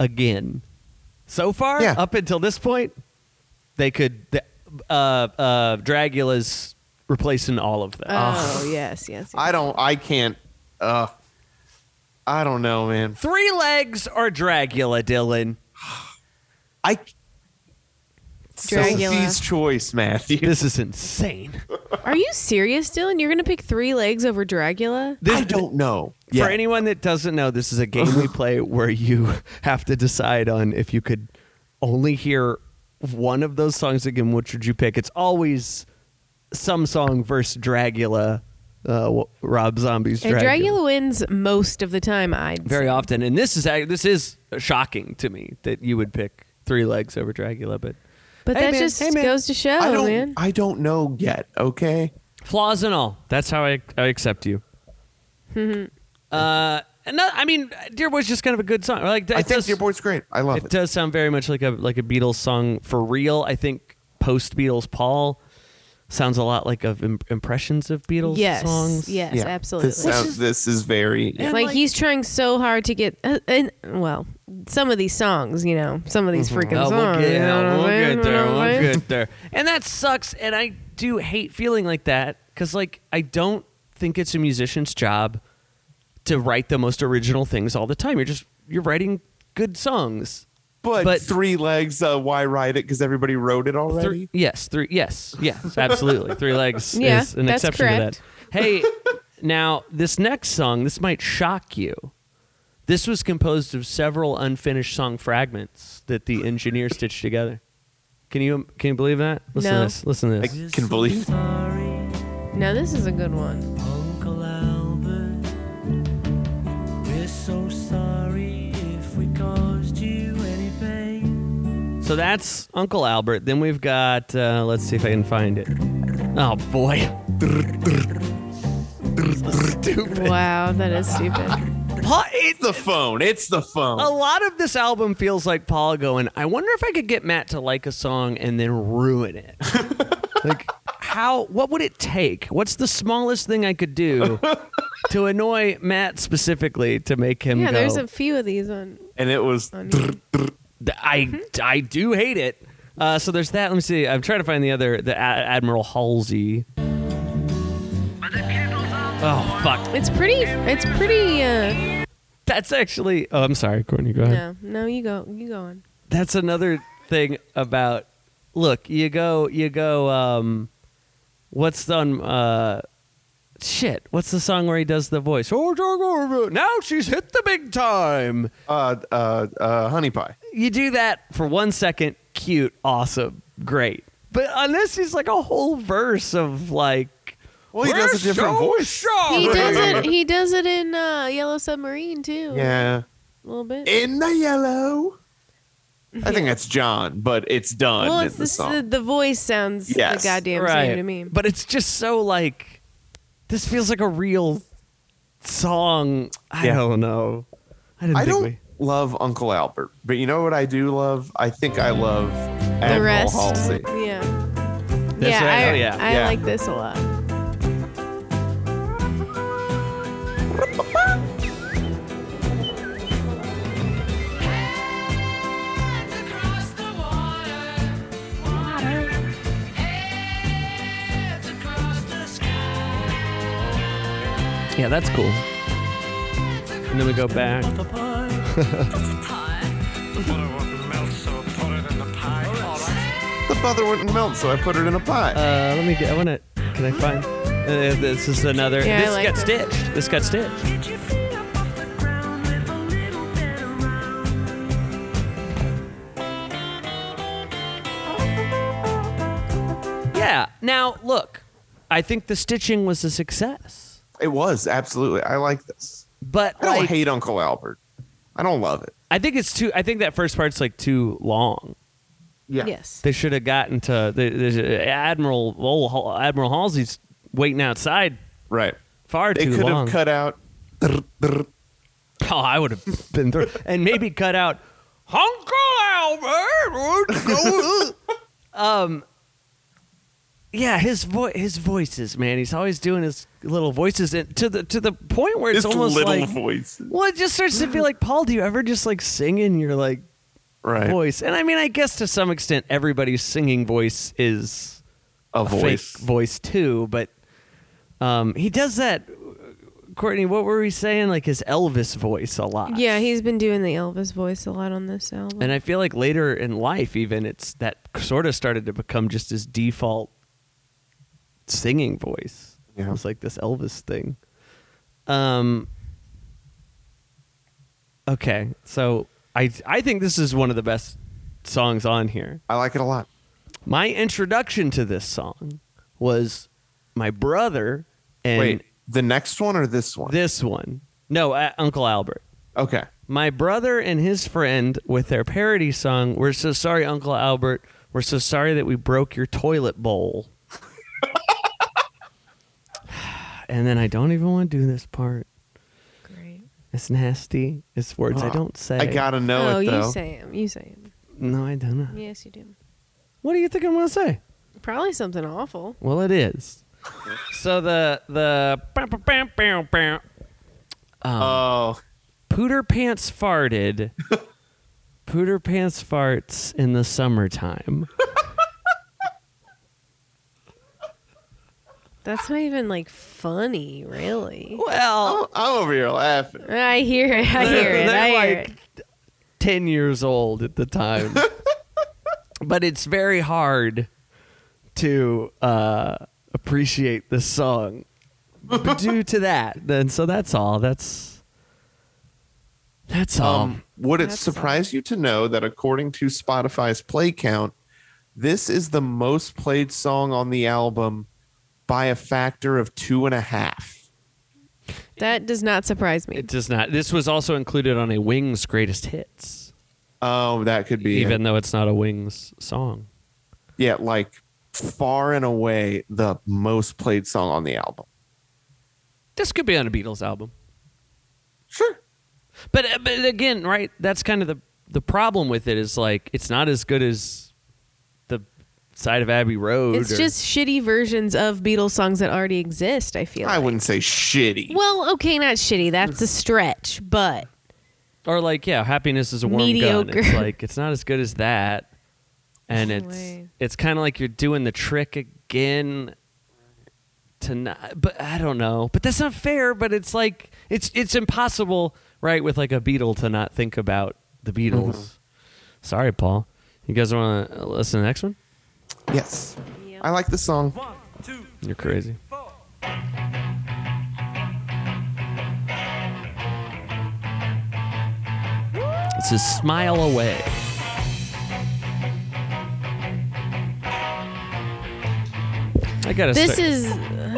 [SPEAKER 1] again. So far,
[SPEAKER 2] Yeah.
[SPEAKER 1] up until this point, they could. th- Uh, uh, Dragula's replacing all of them.
[SPEAKER 3] Oh yes, yes. yes.
[SPEAKER 2] I don't. I can't. Uh, I don't know, man.
[SPEAKER 1] Three legs or Dragula, Dylan.
[SPEAKER 2] I.
[SPEAKER 3] Dragula.
[SPEAKER 2] Sophie's choice, Matthew.
[SPEAKER 1] This is insane.
[SPEAKER 3] Are you serious, Dylan? You're gonna pick three legs over Dragula? Uh,
[SPEAKER 1] This,
[SPEAKER 2] I don't know.
[SPEAKER 1] For anyone that doesn't know, this is a game [LAUGHS] we play where you [LAUGHS] have to decide on if you could only hear one of those songs again. Which would you pick? It's always some song versus Dragula, uh, w- Rob Zombie's
[SPEAKER 3] And
[SPEAKER 1] Dragula.
[SPEAKER 3] Dragula wins most of the time. I
[SPEAKER 1] Very often, and this is ac- this is shocking to me that you would pick Three Legs over Dragula, but
[SPEAKER 3] but
[SPEAKER 1] Hey,
[SPEAKER 3] that
[SPEAKER 1] man.
[SPEAKER 3] just
[SPEAKER 1] Hey, man.
[SPEAKER 3] goes to show,
[SPEAKER 2] I don't.
[SPEAKER 3] man.
[SPEAKER 2] I don't know yet. Okay.
[SPEAKER 1] flaws and all. That's how I, I accept you. [LAUGHS] uh, and not- I mean, Dear Boy's just kind of a good song. Like
[SPEAKER 2] I
[SPEAKER 1] it
[SPEAKER 2] think
[SPEAKER 1] does-
[SPEAKER 2] your boy's great. I love
[SPEAKER 1] it,
[SPEAKER 2] it.
[SPEAKER 1] does sound very much like a like a Beatles song for real. I think post Beatles Paul sounds a lot like of im- impressions of Beatles
[SPEAKER 3] yes,
[SPEAKER 1] songs.
[SPEAKER 3] yes,
[SPEAKER 2] Yeah.
[SPEAKER 3] absolutely.
[SPEAKER 2] This, sounds, this is very.
[SPEAKER 1] Yeah.
[SPEAKER 3] like,
[SPEAKER 1] like-
[SPEAKER 3] he's trying so hard to get, uh, and well, some of these songs, you know, some of these freaking
[SPEAKER 1] Oh, we'll
[SPEAKER 3] songs.
[SPEAKER 1] get,
[SPEAKER 3] you know
[SPEAKER 1] yeah,
[SPEAKER 3] what
[SPEAKER 1] we'll
[SPEAKER 3] I'm saying?
[SPEAKER 1] get
[SPEAKER 3] You
[SPEAKER 1] there.
[SPEAKER 3] know what I'm
[SPEAKER 1] We'll
[SPEAKER 3] saying?
[SPEAKER 1] get there. And that sucks. And I do hate feeling like that because, like, I don't think it's a musician's job to write the most original things all the time. You're just you're writing good songs.
[SPEAKER 2] But,
[SPEAKER 1] but-
[SPEAKER 2] three legs. Uh, why write it? Because everybody wrote it already.
[SPEAKER 1] Three, yes, three. Yes, yes, absolutely. three legs
[SPEAKER 3] Yeah,
[SPEAKER 1] is an
[SPEAKER 3] that's
[SPEAKER 1] exception
[SPEAKER 3] correct.
[SPEAKER 1] to that. Hey, now this next song, this might shock you. This was composed of several unfinished song fragments that the engineer stitched together. Can you can you believe that? Listen
[SPEAKER 3] No.
[SPEAKER 1] to this. Listen to
[SPEAKER 2] I
[SPEAKER 1] this.
[SPEAKER 2] can believe.
[SPEAKER 4] Sorry,
[SPEAKER 3] Now this is a good one.
[SPEAKER 1] [LAUGHS]
[SPEAKER 4] Uncle Albert. We're so sorry if we caused you any pain.
[SPEAKER 1] So that's Uncle Albert. Then we've got. Uh, let's see if I can find it. Oh boy. Stupid.
[SPEAKER 3] Wow, that is stupid.
[SPEAKER 2] Pa- It's the phone. It's the phone.
[SPEAKER 1] a lot of this album feels like Paul going, I wonder if I could get Matt to like a song and then ruin it. like, how, what would it take? What's the smallest thing I could do to annoy Matt specifically to make him go,
[SPEAKER 3] yeah, there's a few of these on.
[SPEAKER 2] And it was.
[SPEAKER 1] Oh,
[SPEAKER 3] on here.
[SPEAKER 1] "Th- I,
[SPEAKER 3] Mm-hmm.
[SPEAKER 1] I do hate it. Uh, so there's that. Let me see. I'm trying to find the other, the A- Admiral Halsey. Oh, fuck.
[SPEAKER 3] It's pretty. It's pretty. Uh,
[SPEAKER 1] That's actually, oh, I'm sorry, Courtney. Go ahead.
[SPEAKER 3] no, no, you go. You go on.
[SPEAKER 1] that's another thing about look you go you go um what's on uh shit what's the song where he does the voice oh now she's hit the big time
[SPEAKER 2] Uh, uh, uh, honey pie.
[SPEAKER 1] you do that for one second cute awesome great but on this he's like a whole verse of like
[SPEAKER 2] Well, he does a
[SPEAKER 1] "We're
[SPEAKER 2] different
[SPEAKER 1] so
[SPEAKER 2] voice.
[SPEAKER 1] sorry."
[SPEAKER 3] He does it. He does it in uh, Yellow Submarine too.
[SPEAKER 2] Yeah.
[SPEAKER 3] a little bit.
[SPEAKER 2] in the yellow. I think that's John, but it's done
[SPEAKER 3] well,
[SPEAKER 2] in
[SPEAKER 3] it's
[SPEAKER 2] the
[SPEAKER 3] the,
[SPEAKER 2] song.
[SPEAKER 3] the, the voice sounds
[SPEAKER 2] Yes,
[SPEAKER 3] the goddamn same to me.
[SPEAKER 1] But it's just so like this feels like a real song. I
[SPEAKER 2] Yeah.
[SPEAKER 1] don't know. I didn't
[SPEAKER 2] I
[SPEAKER 1] think
[SPEAKER 2] don't
[SPEAKER 1] we-
[SPEAKER 2] love Uncle Albert, but you know what I do love? I think I love
[SPEAKER 3] the
[SPEAKER 2] Admiral
[SPEAKER 3] rest,
[SPEAKER 2] Halsey.
[SPEAKER 3] yeah,
[SPEAKER 1] That's
[SPEAKER 3] yeah,
[SPEAKER 1] right.
[SPEAKER 3] I,
[SPEAKER 1] Oh, yeah.
[SPEAKER 3] I
[SPEAKER 2] Yeah.
[SPEAKER 3] like this a lot.
[SPEAKER 1] Yeah, that's cool. And then we go back. Uh,
[SPEAKER 2] The butter wouldn't melt, so I put it in a pie.
[SPEAKER 1] Uh, let me get. I want to. Can I find? Uh, this is another.
[SPEAKER 3] Yeah, I
[SPEAKER 1] this
[SPEAKER 3] like
[SPEAKER 1] got
[SPEAKER 3] this.
[SPEAKER 1] stitched. This got stitched.
[SPEAKER 4] Get your feet up off the ground with a little bit of round.
[SPEAKER 1] Yeah. Now look, I think the stitching was a success,
[SPEAKER 2] it was absolutely. I like this.
[SPEAKER 1] but
[SPEAKER 2] I don't
[SPEAKER 1] like
[SPEAKER 2] hate Uncle Albert. I don't love it.
[SPEAKER 1] I think it's too. I think that first part's like too long.
[SPEAKER 2] Yeah.
[SPEAKER 3] Yes.
[SPEAKER 1] They should have gotten to the, the Admiral old Admiral Halsey's waiting outside
[SPEAKER 2] Right.
[SPEAKER 1] far
[SPEAKER 2] They
[SPEAKER 1] too
[SPEAKER 2] could
[SPEAKER 1] long.
[SPEAKER 2] have cut out.
[SPEAKER 1] [LAUGHS] oh, I would
[SPEAKER 2] [LAUGHS]
[SPEAKER 1] have been through, and maybe cut out Uncle
[SPEAKER 2] [LAUGHS]
[SPEAKER 1] Albert. um, yeah, his voice, his voices, man. He's always doing his little voices, and to the to the point where it's
[SPEAKER 2] Just
[SPEAKER 1] almost
[SPEAKER 2] little
[SPEAKER 1] like.
[SPEAKER 2] voices.
[SPEAKER 1] Well, it just starts to feel like Paul. Do you ever just like sing in your like
[SPEAKER 2] Right.
[SPEAKER 1] voice? And I mean, I guess to some extent, everybody's singing voice is
[SPEAKER 2] a
[SPEAKER 1] a
[SPEAKER 2] voice.
[SPEAKER 1] fake voice too, but um, he does that. Courtney, what were we saying? Like his Elvis voice a lot.
[SPEAKER 3] Yeah, he's been doing the Elvis voice a lot on this album.
[SPEAKER 1] And I feel like later in life, even it's that sort of started to become just his default singing voice.
[SPEAKER 2] Yeah.
[SPEAKER 1] It was like this Elvis thing. Um. Okay, so I I think this is one of the best songs on here.
[SPEAKER 2] I like it a lot.
[SPEAKER 1] My introduction to this song was my brother and
[SPEAKER 2] Wait, the next one or this one?
[SPEAKER 1] this one. No, uh, Uncle Albert.
[SPEAKER 2] okay.
[SPEAKER 1] My brother and his friend with their parody song, We're So Sorry, Uncle Albert. We're so sorry that we broke your toilet bowl. [SIGHS] and then I don't even want to do this part.
[SPEAKER 3] Great.
[SPEAKER 1] It's nasty. It's words I
[SPEAKER 2] Ah,
[SPEAKER 1] don't say.
[SPEAKER 2] I gotta know
[SPEAKER 3] oh,
[SPEAKER 2] it though.
[SPEAKER 3] you say him. You say him.
[SPEAKER 1] No, I don't know.
[SPEAKER 3] Yes, you do.
[SPEAKER 1] What do you think I'm going to say?
[SPEAKER 3] Probably something awful.
[SPEAKER 1] Well, it
[SPEAKER 2] [LAUGHS]
[SPEAKER 1] is. so the the
[SPEAKER 2] oh,
[SPEAKER 1] pooter pants [LAUGHS] farted. pooter pants farts in the summertime.
[SPEAKER 3] That's not even like funny, really.
[SPEAKER 1] Well,
[SPEAKER 2] I'm, I'm over here laughing.
[SPEAKER 3] I hear it. I hear it. I
[SPEAKER 1] Oh, They're
[SPEAKER 3] hear
[SPEAKER 1] like-
[SPEAKER 3] it.
[SPEAKER 1] ten years old at the
[SPEAKER 3] [LAUGHS]
[SPEAKER 1] time, but it's very hard to uh, appreciate this song due to that. Then, so that's all. That's that's all.
[SPEAKER 2] Um, would it
[SPEAKER 3] That's-
[SPEAKER 2] surprise you to know that according to Spotify's play count, this is the most played song on the album by a factor of two and a half?
[SPEAKER 3] That does not surprise me.
[SPEAKER 1] It does not. This was also included on a Wings Greatest Hits,
[SPEAKER 2] Oh, that could be it.
[SPEAKER 1] even though it's not a Wings song.
[SPEAKER 2] yeah, like far and away the most played song on the album.
[SPEAKER 1] This could be on a Beatles album,
[SPEAKER 2] Sure.
[SPEAKER 1] but uh, but again, right? That's kind of the the problem with it is like it's not as good as the side of Abbey Road.
[SPEAKER 3] It's
[SPEAKER 1] or-
[SPEAKER 3] just shitty versions of Beatles songs that already exist, I feel.
[SPEAKER 2] I
[SPEAKER 3] like.
[SPEAKER 2] wouldn't say shitty.
[SPEAKER 3] Well, okay, not shitty. That's a stretch, but
[SPEAKER 1] or like yeah, happiness is a warm gun.
[SPEAKER 3] Mediocre. [LAUGHS]
[SPEAKER 1] It's like it's not as good as that, and
[SPEAKER 3] No
[SPEAKER 1] it's
[SPEAKER 3] way.
[SPEAKER 1] it's kind of like you're doing the trick again to not. But I don't know. But that's not fair. But it's like it's it's impossible, right? With like a Beatle to not think about the Beatles.
[SPEAKER 3] Mm-hmm.
[SPEAKER 1] Sorry, Paul. You guys want to listen to the next one?
[SPEAKER 2] Yes. I like the song.
[SPEAKER 4] One, two,
[SPEAKER 1] You're crazy.
[SPEAKER 4] four.
[SPEAKER 1] This is "Smile Away." I gotta.
[SPEAKER 3] this
[SPEAKER 1] start-
[SPEAKER 3] is uh,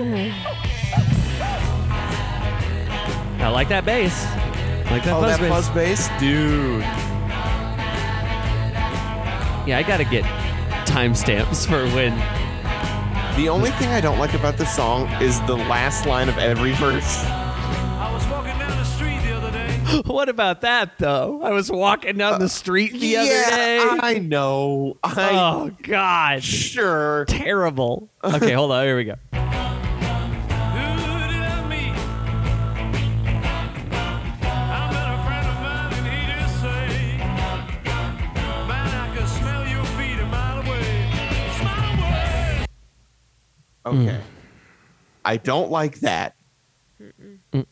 [SPEAKER 1] I like that bass. I like that
[SPEAKER 2] Oh,
[SPEAKER 1] buzz
[SPEAKER 2] that
[SPEAKER 1] bass.
[SPEAKER 2] buzz bass, dude.
[SPEAKER 1] Yeah, I gotta get timestamps for when.
[SPEAKER 2] The only thing I don't like about this song is the last line of every verse.
[SPEAKER 4] I was walking down the street the other day.
[SPEAKER 1] [LAUGHS] What about that though? I was walking down the street the
[SPEAKER 2] yeah,
[SPEAKER 1] other day.
[SPEAKER 2] I know. I
[SPEAKER 1] oh God,
[SPEAKER 2] sure.
[SPEAKER 1] terrible. Okay, hold on. Here we go.
[SPEAKER 4] Who did I meet? I met a friend of mine and he did say, Man, I could smell your feet a mile away. Smile away.
[SPEAKER 2] Okay.
[SPEAKER 1] Mm.
[SPEAKER 2] I don't like that.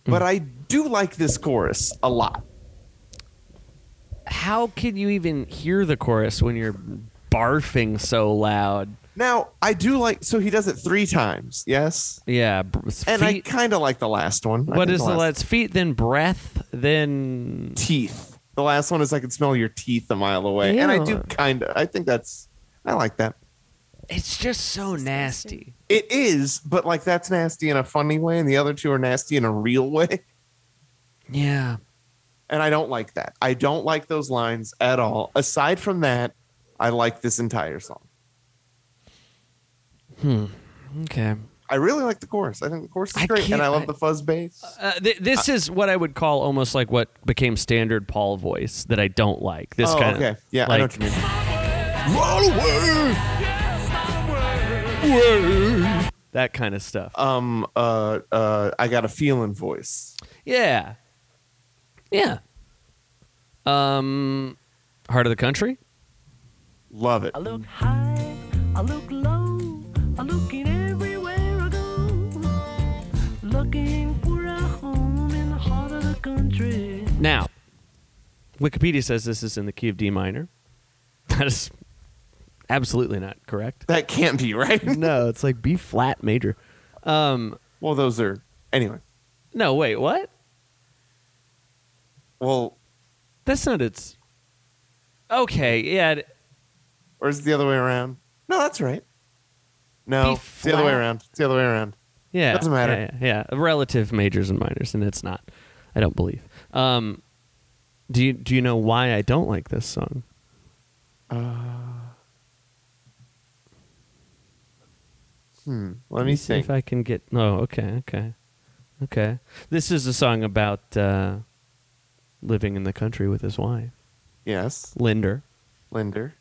[SPEAKER 2] But I do like this chorus a lot.
[SPEAKER 1] How can you even hear the chorus when you're barfing so loud?
[SPEAKER 2] Now, I do like so he does it 3 times. Yes.
[SPEAKER 1] Yeah, br- feet.
[SPEAKER 2] And I kind of like the last one. I
[SPEAKER 1] what
[SPEAKER 2] think
[SPEAKER 1] is the
[SPEAKER 2] last
[SPEAKER 1] last feet? Then breath. Then
[SPEAKER 2] teeth? The last one is I can smell your teeth a mile away. And I do
[SPEAKER 3] Ew.
[SPEAKER 2] kind of I think that's I like that.
[SPEAKER 1] it's just so nasty.
[SPEAKER 2] It is, but like that's nasty in a funny way and the other two are nasty in a real way.
[SPEAKER 1] Yeah.
[SPEAKER 2] And I don't like that. I don't like those lines at all. Aside from that, I like this entire song.
[SPEAKER 1] Okay.
[SPEAKER 2] I really like the chorus. I think the chorus
[SPEAKER 1] I
[SPEAKER 2] is great,
[SPEAKER 1] can't-
[SPEAKER 2] and I love
[SPEAKER 1] I-
[SPEAKER 2] the fuzz bass.
[SPEAKER 1] Uh, th- this is what I would call almost like what became standard Paul voice that I don't like. This
[SPEAKER 2] oh,
[SPEAKER 1] kind
[SPEAKER 2] okay,
[SPEAKER 1] of
[SPEAKER 2] yeah, I know what you mean.
[SPEAKER 1] that kind of stuff.
[SPEAKER 2] Um, uh, uh, I got a feeling voice.
[SPEAKER 1] Yeah. Yeah. Um Heart of the Country?
[SPEAKER 2] Love it.
[SPEAKER 4] I look high, I look low, I'm looking everywhere I go. Looking for a home in the heart of the country.
[SPEAKER 1] Now, Wikipedia says this is in the key of D minor. [LAUGHS] That is absolutely not
[SPEAKER 2] [LAUGHS]
[SPEAKER 1] correct.
[SPEAKER 2] That can't be right.
[SPEAKER 1] no, it's like B flat major. Um
[SPEAKER 2] well, those are anyway.
[SPEAKER 1] no, wait, what?
[SPEAKER 2] Well,
[SPEAKER 1] That's not its Okay, yeah. it-
[SPEAKER 2] or is it the other way around? No, that's right. No,
[SPEAKER 1] B
[SPEAKER 2] it's the other way
[SPEAKER 1] flat.
[SPEAKER 2] around. It's the other way around.
[SPEAKER 1] Yeah.
[SPEAKER 2] Doesn't matter.
[SPEAKER 1] Yeah, yeah, yeah. Relative majors and minors, and it's not. I don't believe. Um, do you do you know why I don't like this song?
[SPEAKER 2] Hmm. Let me
[SPEAKER 1] see
[SPEAKER 2] think.
[SPEAKER 1] if I can get. Oh, okay, okay, okay. This is a song about uh, living in the country with his wife,
[SPEAKER 2] yes,
[SPEAKER 1] Linder.
[SPEAKER 2] Linder.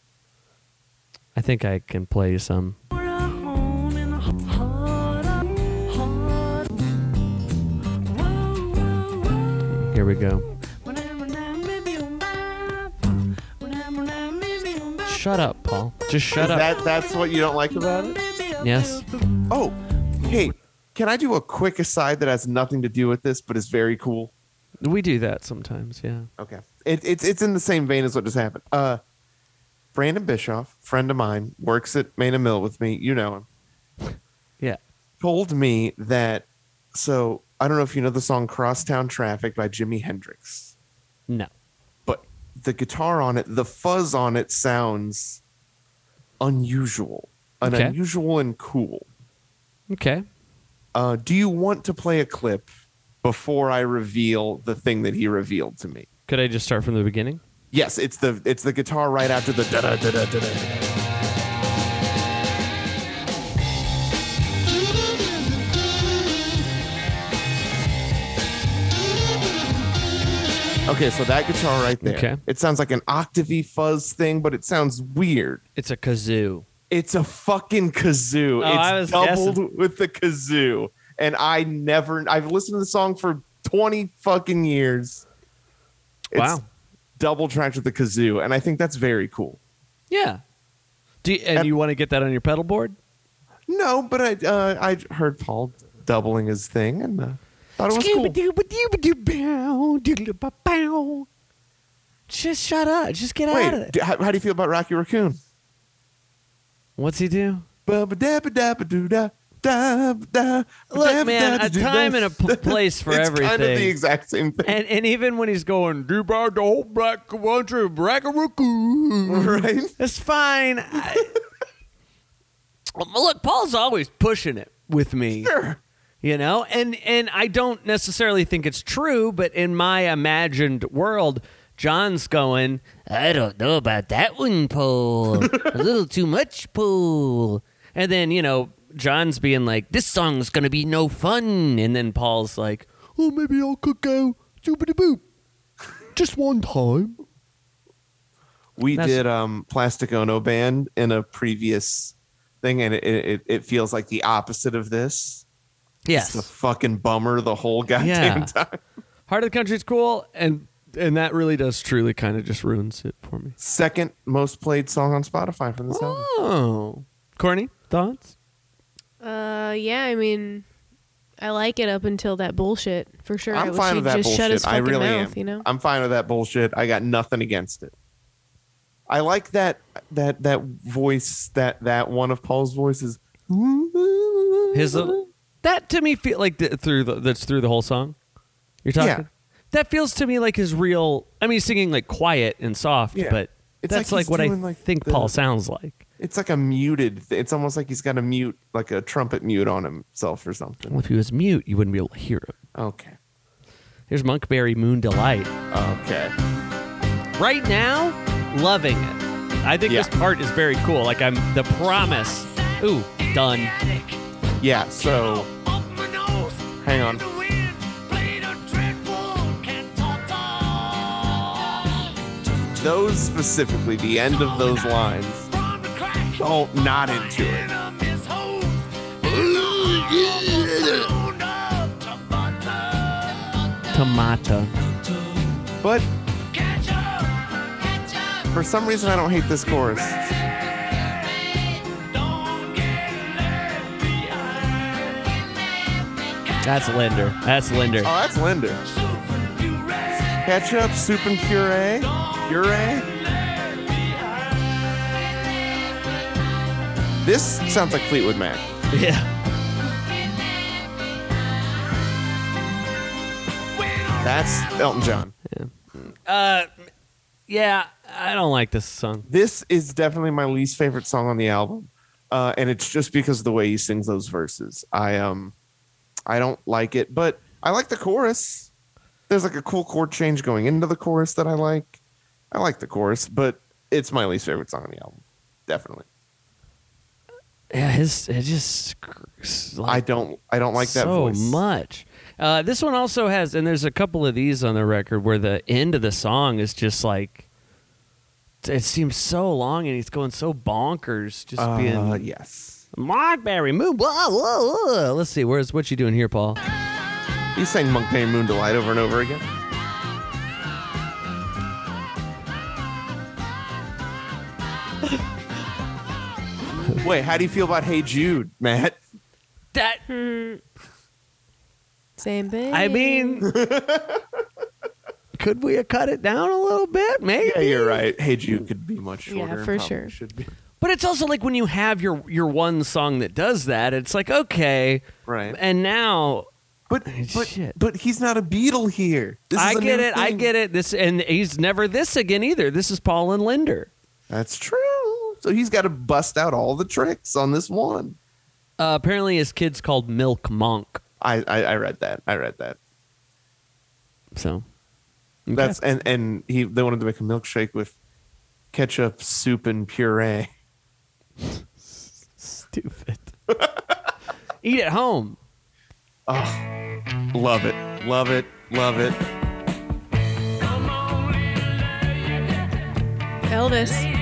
[SPEAKER 1] I think I can play some.
[SPEAKER 4] For a home in the heart of heart. Whoa, whoa, whoa.
[SPEAKER 1] Here we go.
[SPEAKER 4] Whenever now, maybe you're mine. Whenever now, maybe you're mine.
[SPEAKER 1] Shut up, Paul. Just shut
[SPEAKER 2] Is
[SPEAKER 1] up.
[SPEAKER 2] that that's what you don't like about it?
[SPEAKER 4] Maybe I'll
[SPEAKER 1] Yes.
[SPEAKER 2] Oh, hey, can I do a quick aside that has nothing to do with this, but is very cool?
[SPEAKER 1] We do that sometimes. Yeah.
[SPEAKER 2] Okay, it, it's it's in the same vein as what just happened. Uh, Brandon Bischoff, friend of mine, works at Mana Mill with me. You know him.
[SPEAKER 1] Yeah.
[SPEAKER 2] Told me that. So I don't know if you know the song "Crosstown Traffic" by Jimi Hendrix,
[SPEAKER 1] No.
[SPEAKER 2] but the guitar on it, the fuzz on it, sounds unusual, an
[SPEAKER 1] Okay.
[SPEAKER 2] unusual and cool.
[SPEAKER 1] Okay.
[SPEAKER 2] Uh, do you want to play a clip before I reveal the thing that he revealed to me?
[SPEAKER 1] Could I just start from the beginning?
[SPEAKER 2] Yes, it's the it's the guitar right after the da da da da da. Okay, so that guitar right there.
[SPEAKER 1] Okay.
[SPEAKER 2] It sounds like an octavey fuzz thing, but it sounds weird.
[SPEAKER 1] It's a kazoo.
[SPEAKER 2] It's a fucking kazoo.
[SPEAKER 1] Oh, I
[SPEAKER 2] it's
[SPEAKER 1] was
[SPEAKER 2] doubled with the kazoo. And I never I've listened to the song for 20 fucking years. It's
[SPEAKER 1] wow.
[SPEAKER 2] Double tracked with the kazoo, and I think that's very cool.
[SPEAKER 1] Yeah. Do you, and
[SPEAKER 2] And-
[SPEAKER 1] you want to get that on your pedal board?
[SPEAKER 2] No, but I uh, I heard Paul doubling his thing and uh, thought it was cool.
[SPEAKER 1] Just shut up. Just get out of
[SPEAKER 2] Wait,
[SPEAKER 1] it.
[SPEAKER 2] do, how, how do you feel about Rocky Raccoon?
[SPEAKER 1] What's he do? Look,
[SPEAKER 2] Look,
[SPEAKER 1] man, a time and a p- place for
[SPEAKER 2] [LAUGHS] it's
[SPEAKER 1] everything.
[SPEAKER 2] kind of the exact same thing,
[SPEAKER 1] and and even when he's going, do about the whole black country, black raccoon.
[SPEAKER 2] [LAUGHS] right?
[SPEAKER 1] That's fine.
[SPEAKER 2] [LAUGHS]
[SPEAKER 1] I, look, Paul's always pushing it with me.
[SPEAKER 2] Sure.
[SPEAKER 1] you know and and i don't necessarily think it's true but in my imagined world john's going i don't know about that one paul a little too much paul and then you know john's being like this song's gonna be no fun and then paul's like oh maybe i could go doobity boop just one time
[SPEAKER 2] We
[SPEAKER 1] That's-
[SPEAKER 2] did um Plastic Ono Band in a previous thing, and it, it it feels like the opposite of this. It's a
[SPEAKER 1] yes
[SPEAKER 2] fucking bummer the whole [LAUGHS] goddamn
[SPEAKER 1] Yeah.
[SPEAKER 2] time.
[SPEAKER 1] heart of the country's cool and and that really does truly kind of just ruins it for me
[SPEAKER 2] Second most played song on Spotify from this album.
[SPEAKER 1] oh corny thoughts
[SPEAKER 2] [LAUGHS]
[SPEAKER 3] Uh, yeah. I mean, I like it up until that bullshit for sure. I
[SPEAKER 2] I'm
[SPEAKER 3] wish
[SPEAKER 2] fine
[SPEAKER 3] he'd
[SPEAKER 2] with that
[SPEAKER 3] just
[SPEAKER 2] bullshit.
[SPEAKER 3] Shut his
[SPEAKER 2] I
[SPEAKER 3] fucking
[SPEAKER 2] really
[SPEAKER 3] mouth,
[SPEAKER 2] am.
[SPEAKER 3] You know.
[SPEAKER 2] I'm fine with that bullshit. I got nothing against it. I like that that that voice that that one of Paul's voices.
[SPEAKER 1] His that to me feel like th- through the, that's through the whole song. You're talking.
[SPEAKER 2] Yeah.
[SPEAKER 1] That feels to me like his real. I mean, he's singing like quiet and soft,
[SPEAKER 2] Yeah.
[SPEAKER 1] but
[SPEAKER 2] It's
[SPEAKER 1] that's
[SPEAKER 2] like
[SPEAKER 1] like,
[SPEAKER 2] he's
[SPEAKER 1] what I
[SPEAKER 2] doing, like,
[SPEAKER 1] think
[SPEAKER 2] the-
[SPEAKER 1] Paul sounds like.
[SPEAKER 2] It's like a muted. th- It's almost like he's got a mute, like a trumpet mute on himself or something.
[SPEAKER 1] Well, if he was mute, you wouldn't be able to hear him.
[SPEAKER 2] Okay.
[SPEAKER 1] Here's Monkberry Moon Delight.
[SPEAKER 2] Okay.
[SPEAKER 1] Right now, loving it. I think
[SPEAKER 2] Yeah.
[SPEAKER 1] this part is very cool. Like I'm the promise. Ooh, done.
[SPEAKER 2] Yeah, so hang on. Those specifically, the end of those lines. Oh, not into it.
[SPEAKER 1] Tomato.
[SPEAKER 2] But for some reason, I don't hate this chorus. Oh,
[SPEAKER 1] That's Linder. That's Linder.
[SPEAKER 2] Oh, that's Linder. Ketchup, soup, and puree. Puree. This sounds like Fleetwood Mac.
[SPEAKER 1] [LAUGHS] Yeah.
[SPEAKER 2] That's Elton John.
[SPEAKER 1] Yeah, I don't like this song.
[SPEAKER 2] This is definitely my least favorite song on the album, uh, and it's just because of the way he sings those verses. I um, I don't like it, but I like the chorus. There's like a cool chord change going into the chorus that I like. I like the chorus, but it's my least favorite song on the album. Definitely.
[SPEAKER 1] Yeah, his it just sc-
[SPEAKER 2] I
[SPEAKER 1] like,
[SPEAKER 2] don't. I don't like that
[SPEAKER 1] so
[SPEAKER 2] voice.
[SPEAKER 1] much. Uh, this one also has, and there's a couple of these on the record where the end of the song is just like it seems so long, and he's going so bonkers, just
[SPEAKER 2] Uh,
[SPEAKER 1] being
[SPEAKER 2] yes.
[SPEAKER 1] Monkberry Moon. Whoa, whoa, whoa. Let's see, where's what you doing here, Paul?
[SPEAKER 2] He's saying Monk Named Moon Delight over and over again. [LAUGHS] Wait, how do you feel about Hey Jude, Matt?
[SPEAKER 1] That
[SPEAKER 3] Same thing.
[SPEAKER 1] I
[SPEAKER 2] [LAUGHS]
[SPEAKER 1] mean, could we have cut it down a little bit? Maybe.
[SPEAKER 2] Yeah, you're right. Hey Jude could be much
[SPEAKER 3] Yeah,
[SPEAKER 2] shorter. and
[SPEAKER 3] for
[SPEAKER 2] probably
[SPEAKER 3] sure.
[SPEAKER 2] Should be
[SPEAKER 1] But it's also like when you have your your one song that does that, it's like okay,
[SPEAKER 2] right.
[SPEAKER 1] and now [LAUGHS]
[SPEAKER 2] But but
[SPEAKER 1] Shit.
[SPEAKER 2] but he's not a Beatle here. This
[SPEAKER 1] I
[SPEAKER 2] is a
[SPEAKER 1] get
[SPEAKER 2] new
[SPEAKER 1] it, I
[SPEAKER 2] thing.
[SPEAKER 1] get it. This and he's never this again either. This is Paul and Linder.
[SPEAKER 2] That's true. So he's got to bust out all the tricks on this one.
[SPEAKER 1] Uh, apparently, his kid's called Milk Monk.
[SPEAKER 2] I I, I read that. I read that.
[SPEAKER 1] So
[SPEAKER 2] That's and and he they wanted to make a milkshake with ketchup, soup, and puree.
[SPEAKER 1] stupid. [LAUGHS] Eat at home.
[SPEAKER 2] Love it, love it, love it.
[SPEAKER 3] Elvis.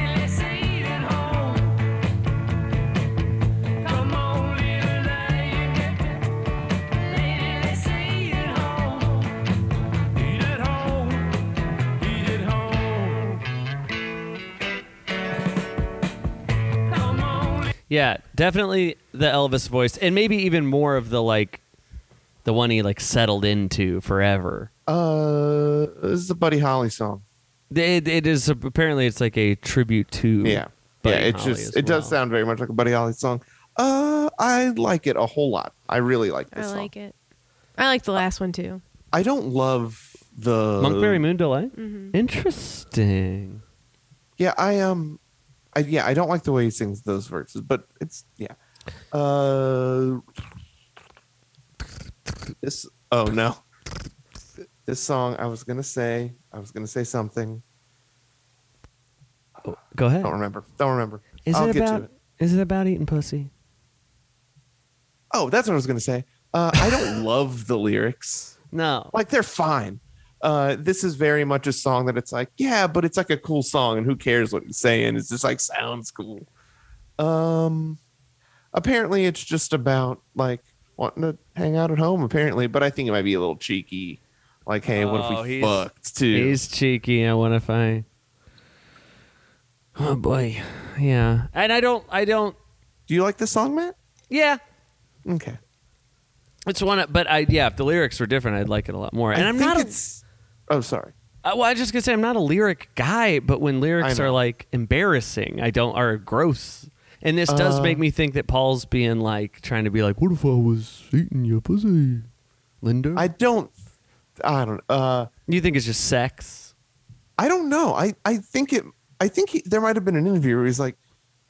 [SPEAKER 1] Yeah, definitely the Elvis voice, and maybe even more of the like, the one he like settled into forever.
[SPEAKER 2] Uh, this is a Buddy Holly song.
[SPEAKER 1] It, it is apparently it's like a tribute to.
[SPEAKER 2] Yeah,
[SPEAKER 1] Buddy
[SPEAKER 2] yeah. It
[SPEAKER 1] Holly
[SPEAKER 2] just
[SPEAKER 1] as
[SPEAKER 2] it does
[SPEAKER 1] well.
[SPEAKER 2] sound very much like a Buddy Holly song. Uh, I like it a whole lot. I really like
[SPEAKER 3] I
[SPEAKER 2] this song.
[SPEAKER 3] like it. I like the last one too.
[SPEAKER 2] I don't love the
[SPEAKER 1] Monkberry Moon Delight.
[SPEAKER 3] Mm-hmm.
[SPEAKER 1] Interesting.
[SPEAKER 2] Yeah, I um, I, yeah, I don't like the way he sings those verses, but it's yeah. Uh, this oh no, this song I was gonna say I was gonna say something.
[SPEAKER 1] Oh, go ahead.
[SPEAKER 2] Don't remember. Don't remember.
[SPEAKER 1] Is
[SPEAKER 2] I'll
[SPEAKER 1] it
[SPEAKER 2] get
[SPEAKER 1] about?
[SPEAKER 2] to it.
[SPEAKER 1] Is it about eating pussy?
[SPEAKER 2] Oh, that's what I was gonna say. Uh,
[SPEAKER 1] [LAUGHS]
[SPEAKER 2] I don't love the lyrics.
[SPEAKER 1] No.
[SPEAKER 2] like they're fine. Uh, this is very much a song that it's like, yeah, but it's like a cool song, and who cares what he's saying? It's just like sounds cool. Um, apparently it's just about like wanting to hang out at home. Apparently, but I think it might be a little cheeky. Like, hey, what
[SPEAKER 1] Oh,
[SPEAKER 2] if we
[SPEAKER 1] he's-
[SPEAKER 2] fucked too?
[SPEAKER 1] He's cheeky. I want to find. Oh boy, yeah. And I don't. I don't.
[SPEAKER 2] Do you like this song, Matt?
[SPEAKER 1] Yeah.
[SPEAKER 2] Okay,
[SPEAKER 1] It's one, of- but I yeah. If the lyrics were different, I'd like it a lot more. And
[SPEAKER 2] I
[SPEAKER 1] am
[SPEAKER 2] think
[SPEAKER 1] not. A,
[SPEAKER 2] It's, oh, sorry.
[SPEAKER 1] I- well, I was just gonna say I'm not a lyric guy, but when lyrics
[SPEAKER 2] I know.
[SPEAKER 1] are like embarrassing, I don't are gross. And this does
[SPEAKER 2] Uh,
[SPEAKER 1] make me think that Paul's being like trying to be like, "What if I was eating your pussy, Linda?"
[SPEAKER 2] I don't. I don't. Uh,
[SPEAKER 1] you think it's just sex?
[SPEAKER 2] I don't know. I, I think it. I think he, there might have been an interview where he's like,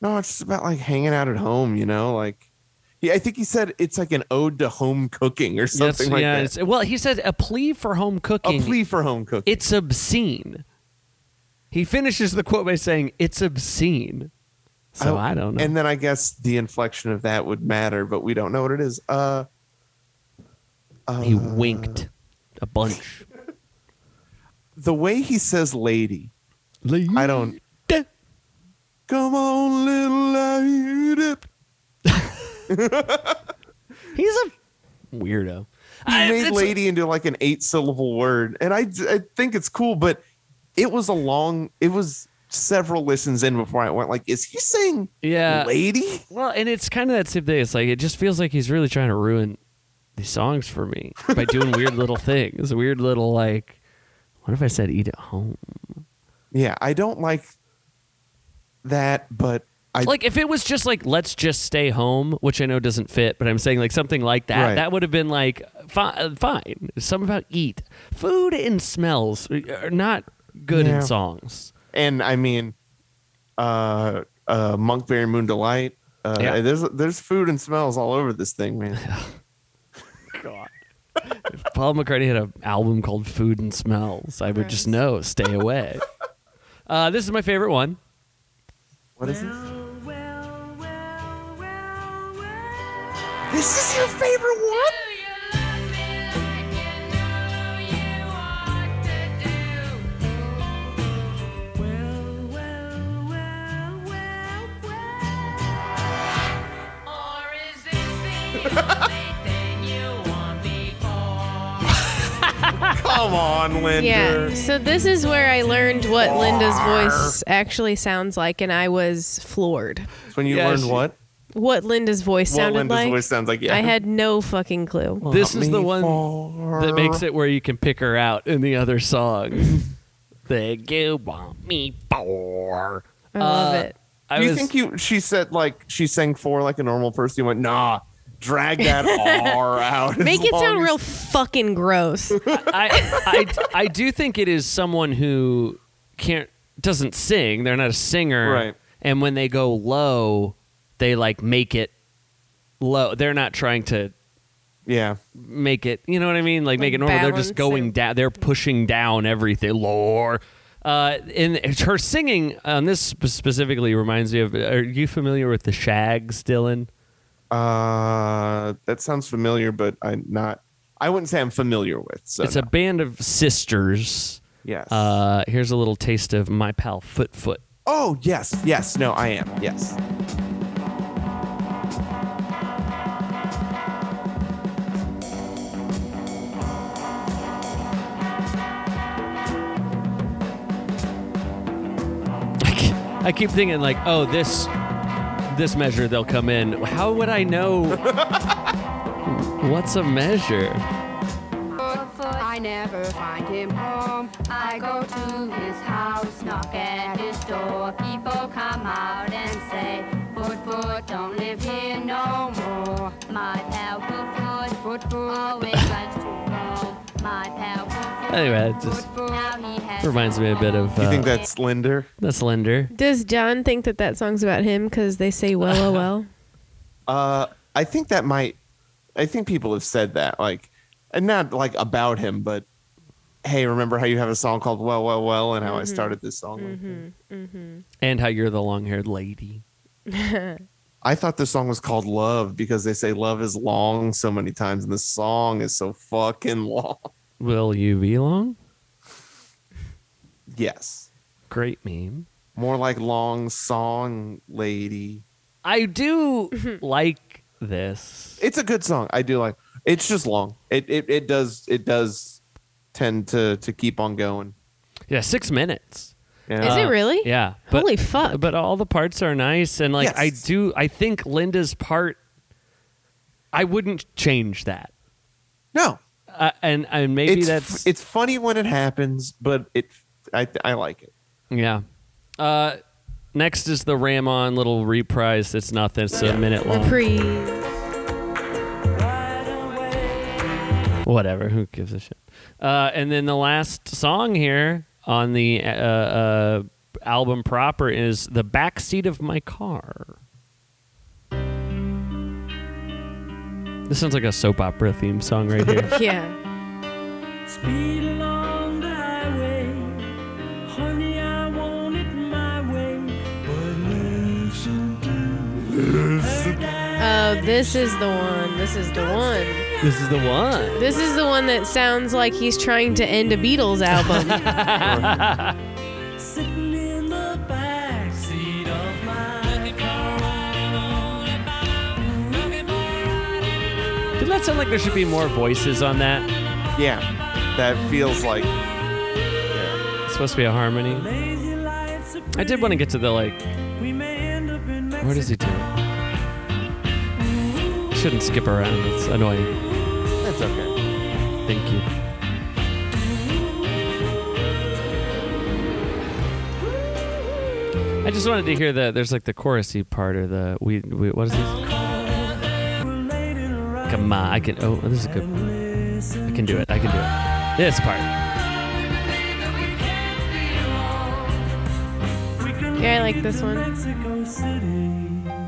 [SPEAKER 2] "No, it's just about like hanging out at home, you know, like He, I think he said it's like an ode to home cooking or something
[SPEAKER 1] That's-
[SPEAKER 2] like
[SPEAKER 1] yeah,
[SPEAKER 2] that.
[SPEAKER 1] it's- Well, he said a plea for home cooking.
[SPEAKER 2] A plea for home cooking.
[SPEAKER 1] It's obscene. He finishes the quote by saying, "It's obscene." So I, don't know.
[SPEAKER 2] And then I guess the inflection of that would matter, but we don't know what it is. Uh, uh
[SPEAKER 1] he winked a bunch.
[SPEAKER 2] The way he says "lady," I
[SPEAKER 1] Mm.
[SPEAKER 2] don't. Come on, little lady.
[SPEAKER 1] He's a weirdo.
[SPEAKER 2] He
[SPEAKER 1] I-
[SPEAKER 2] made
[SPEAKER 1] it's-
[SPEAKER 2] lady into like an eight syllable word. And I, I think it's cool, but it was a long, it was several listens in before I went like, is he saying
[SPEAKER 1] Yeah.
[SPEAKER 2] lady?
[SPEAKER 1] Well, and it's kind of that same thing. It's like it just feels like he's really trying to ruin these songs for me by doing weird little things. Weird little like, what if I said eat at home?
[SPEAKER 2] Yeah. I don't like that, but I,
[SPEAKER 1] like if it was just like let's just stay home, which I know doesn't fit, but I'm saying like something like that.
[SPEAKER 2] Right.
[SPEAKER 1] That would have been like fi- uh, fine. Something about eat, food, and smells are not good
[SPEAKER 2] Yeah.
[SPEAKER 1] in songs.
[SPEAKER 2] and I mean, uh, uh, Monkberry Moon Delight. Uh,
[SPEAKER 1] Yeah.
[SPEAKER 2] There's there's food and smells all over this thing, man.
[SPEAKER 1] God. if Paul McCartney had an album called Food and Smells, I would just
[SPEAKER 3] Gross.
[SPEAKER 1] know, stay
[SPEAKER 3] [LAUGHS]
[SPEAKER 1] away. uh, this is my favorite one.
[SPEAKER 2] What is it?
[SPEAKER 4] Well, well, well, well, well.
[SPEAKER 2] This is your favorite one? Come on, Linda.
[SPEAKER 3] Yeah. So this is where I learned what Linda's voice actually sounds like, and I was floored.
[SPEAKER 2] That's when you
[SPEAKER 1] Yeah,
[SPEAKER 2] learned
[SPEAKER 1] she-
[SPEAKER 2] what?
[SPEAKER 3] What Linda's voice
[SPEAKER 2] What
[SPEAKER 3] sounded
[SPEAKER 2] Linda's
[SPEAKER 3] like.
[SPEAKER 2] voice sounds like. Yeah.
[SPEAKER 3] I had no fucking clue.
[SPEAKER 1] This is the
[SPEAKER 2] Me
[SPEAKER 1] one
[SPEAKER 2] for-
[SPEAKER 1] that makes it where you can pick her out in the other
[SPEAKER 2] [LAUGHS]
[SPEAKER 1] songs. Think you want me for.
[SPEAKER 3] I love
[SPEAKER 1] Uh,
[SPEAKER 3] it.
[SPEAKER 1] I
[SPEAKER 2] Do you
[SPEAKER 1] was,
[SPEAKER 2] think you? She said like she sang four like a normal person. You went nah. Drag that
[SPEAKER 1] [LAUGHS]
[SPEAKER 2] R out. as
[SPEAKER 3] Make it
[SPEAKER 2] long
[SPEAKER 3] sound
[SPEAKER 2] as-
[SPEAKER 3] real
[SPEAKER 2] [LAUGHS]
[SPEAKER 3] fucking gross.
[SPEAKER 1] I, I, I do think it is someone who can't doesn't sing. They're not a singer,
[SPEAKER 2] Right.
[SPEAKER 1] And when they go low, they like make it low. They're not trying to
[SPEAKER 2] Yeah.
[SPEAKER 1] make it you know what i mean like, make
[SPEAKER 3] Like
[SPEAKER 1] it normal they're just
[SPEAKER 3] balance
[SPEAKER 1] going
[SPEAKER 3] it.
[SPEAKER 1] down they're pushing down everything lore uh and it's- her singing on this sp- specifically reminds me of are you familiar with the shags dylan
[SPEAKER 2] Uh, that sounds familiar, but I'm not. I wouldn't say I'm familiar with. So
[SPEAKER 1] it's
[SPEAKER 2] Uh, no.
[SPEAKER 1] a band of sisters
[SPEAKER 2] yes.
[SPEAKER 1] uh here's a little taste of my pal foot foot
[SPEAKER 2] oh yes, yes. No, I am. Yes.
[SPEAKER 1] I ke- [LAUGHS] I keep thinking like oh this this measure they'll come in how would i know [LAUGHS] what's a measure
[SPEAKER 5] I never find him home. I go to his house, knock at his door. People come out and say, Foot Foot, don't live here no more. My pal Foot Foot, Foot Foot, always likes to roam. My pal Foot Foot,
[SPEAKER 1] anyway it just
[SPEAKER 5] Foot Foot, now he has
[SPEAKER 1] reminds me a bit of uh,
[SPEAKER 2] you think that's Linder?
[SPEAKER 1] that's lender
[SPEAKER 3] Does John think that that song's about him because they say well, oh, well?
[SPEAKER 2] Uh, I think that might. I think people have said that, like, and not like about him, but hey, remember how you have a song called "Well, Well, Well" and how
[SPEAKER 1] Mm-hmm.
[SPEAKER 2] I started this song? like that?
[SPEAKER 1] and how you're the long-haired lady
[SPEAKER 2] I thought this song was called "Love" because they say love is long so many times, and the song is so fucking long.
[SPEAKER 1] Will you be long?
[SPEAKER 2] Yes,
[SPEAKER 1] Great meme.
[SPEAKER 2] more like long song, lady.
[SPEAKER 1] I
[SPEAKER 3] [LAUGHS]
[SPEAKER 1] do like this.
[SPEAKER 2] It's a good song. I do like. It's just long. It it, it does it does tend to to keep on going.
[SPEAKER 1] Yeah, six minutes.
[SPEAKER 2] Yeah.
[SPEAKER 3] Is it
[SPEAKER 1] Uh,
[SPEAKER 3] really?
[SPEAKER 1] Yeah. But,
[SPEAKER 3] Holy fuck.
[SPEAKER 1] But all the parts are nice, and like I
[SPEAKER 2] Yes.
[SPEAKER 1] do, I think Linda's part. I wouldn't change that,
[SPEAKER 2] no,
[SPEAKER 1] uh, and and maybe
[SPEAKER 2] it's,
[SPEAKER 1] that's
[SPEAKER 2] it's funny when it happens, but it I I like it.
[SPEAKER 1] yeah. Uh, next is the Ram on little reprise. That's nothing. It's a minute
[SPEAKER 3] The
[SPEAKER 1] long.
[SPEAKER 3] pre.
[SPEAKER 1] Whatever. Who gives a shit? Uh, and then the last song here on the uh, uh, album proper is "The Backseat of My Car." This sounds like a soap opera theme song right
[SPEAKER 2] [LAUGHS]
[SPEAKER 1] here.
[SPEAKER 3] Yeah.
[SPEAKER 4] Speed along the highway. Honey, I want it my way. But listen to her
[SPEAKER 3] Oh, this is the one. This is the one.
[SPEAKER 1] this is the one.
[SPEAKER 3] This is the one that sounds like he's trying to end a Beatles
[SPEAKER 2] [LAUGHS]
[SPEAKER 3] album. [LAUGHS]
[SPEAKER 4] sitting in the back seat of my
[SPEAKER 1] Didn't that sound like there should be more voices on that?
[SPEAKER 2] Yeah, that feels like. Yeah.
[SPEAKER 1] It's supposed to be a harmony.
[SPEAKER 4] lazy lights. are
[SPEAKER 1] I did want to get to the like.
[SPEAKER 4] pretty. We may end up in Mexico.
[SPEAKER 1] Where does he do it? Shouldn't skip around. It's annoying.
[SPEAKER 2] That's okay.
[SPEAKER 1] Thank you. I just wanted to hear the there's like the chorusy part or the we, we what is this?
[SPEAKER 4] We're late in a ride.
[SPEAKER 1] Come on, I can oh this is a good. I can do it. I can do it. This part.
[SPEAKER 4] We can
[SPEAKER 3] Yeah, I like
[SPEAKER 4] make it
[SPEAKER 3] this
[SPEAKER 4] to
[SPEAKER 3] one.
[SPEAKER 4] Mexico City.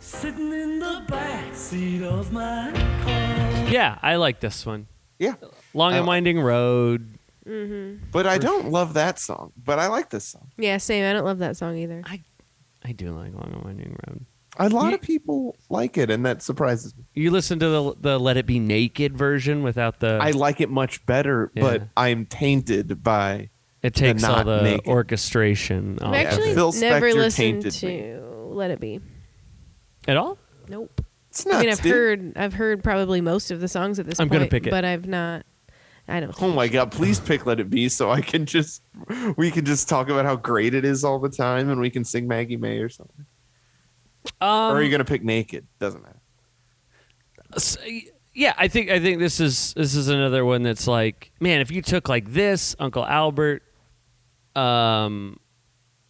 [SPEAKER 4] Sitting in the back seat of my car.
[SPEAKER 1] Yeah, I like this one.
[SPEAKER 2] Yeah.
[SPEAKER 1] Long and
[SPEAKER 2] Oh.
[SPEAKER 1] winding road.
[SPEAKER 2] But I don't love that song, but I like this song.
[SPEAKER 3] yeah, same. I don't love that song either.
[SPEAKER 1] I do like long and winding road.
[SPEAKER 2] A lot
[SPEAKER 1] Ye-
[SPEAKER 2] of people like it, and that surprises me.
[SPEAKER 1] You listen to the the Let It Be Naked version without the
[SPEAKER 2] I like it much better,
[SPEAKER 1] Yeah.
[SPEAKER 2] but I'm tainted by.
[SPEAKER 1] It takes all
[SPEAKER 2] not
[SPEAKER 1] the
[SPEAKER 2] naked.
[SPEAKER 1] orchestration off
[SPEAKER 3] I've actually
[SPEAKER 1] of it.
[SPEAKER 2] Oh, Phil
[SPEAKER 3] never
[SPEAKER 2] Spector
[SPEAKER 3] listened
[SPEAKER 2] tainted
[SPEAKER 3] to
[SPEAKER 2] me.
[SPEAKER 3] Let It Be.
[SPEAKER 1] at all.
[SPEAKER 3] Nope.
[SPEAKER 2] It's
[SPEAKER 3] I
[SPEAKER 2] nuts,
[SPEAKER 3] mean, I've
[SPEAKER 2] dude.
[SPEAKER 3] heard I've heard probably most of the songs at this
[SPEAKER 1] I'm
[SPEAKER 3] point,
[SPEAKER 1] gonna pick it.
[SPEAKER 3] but I've not. I don't.
[SPEAKER 2] Oh my god! Please pick "Let It Be" so I can just we can just talk about how great it is all the time, and we can sing Maggie May or something.
[SPEAKER 1] Um,
[SPEAKER 2] or are you gonna pick "Naked"? Doesn't matter.
[SPEAKER 1] s- yeah, I think I think this is this is another one that's like, man, if you took like this, Uncle Albert, um,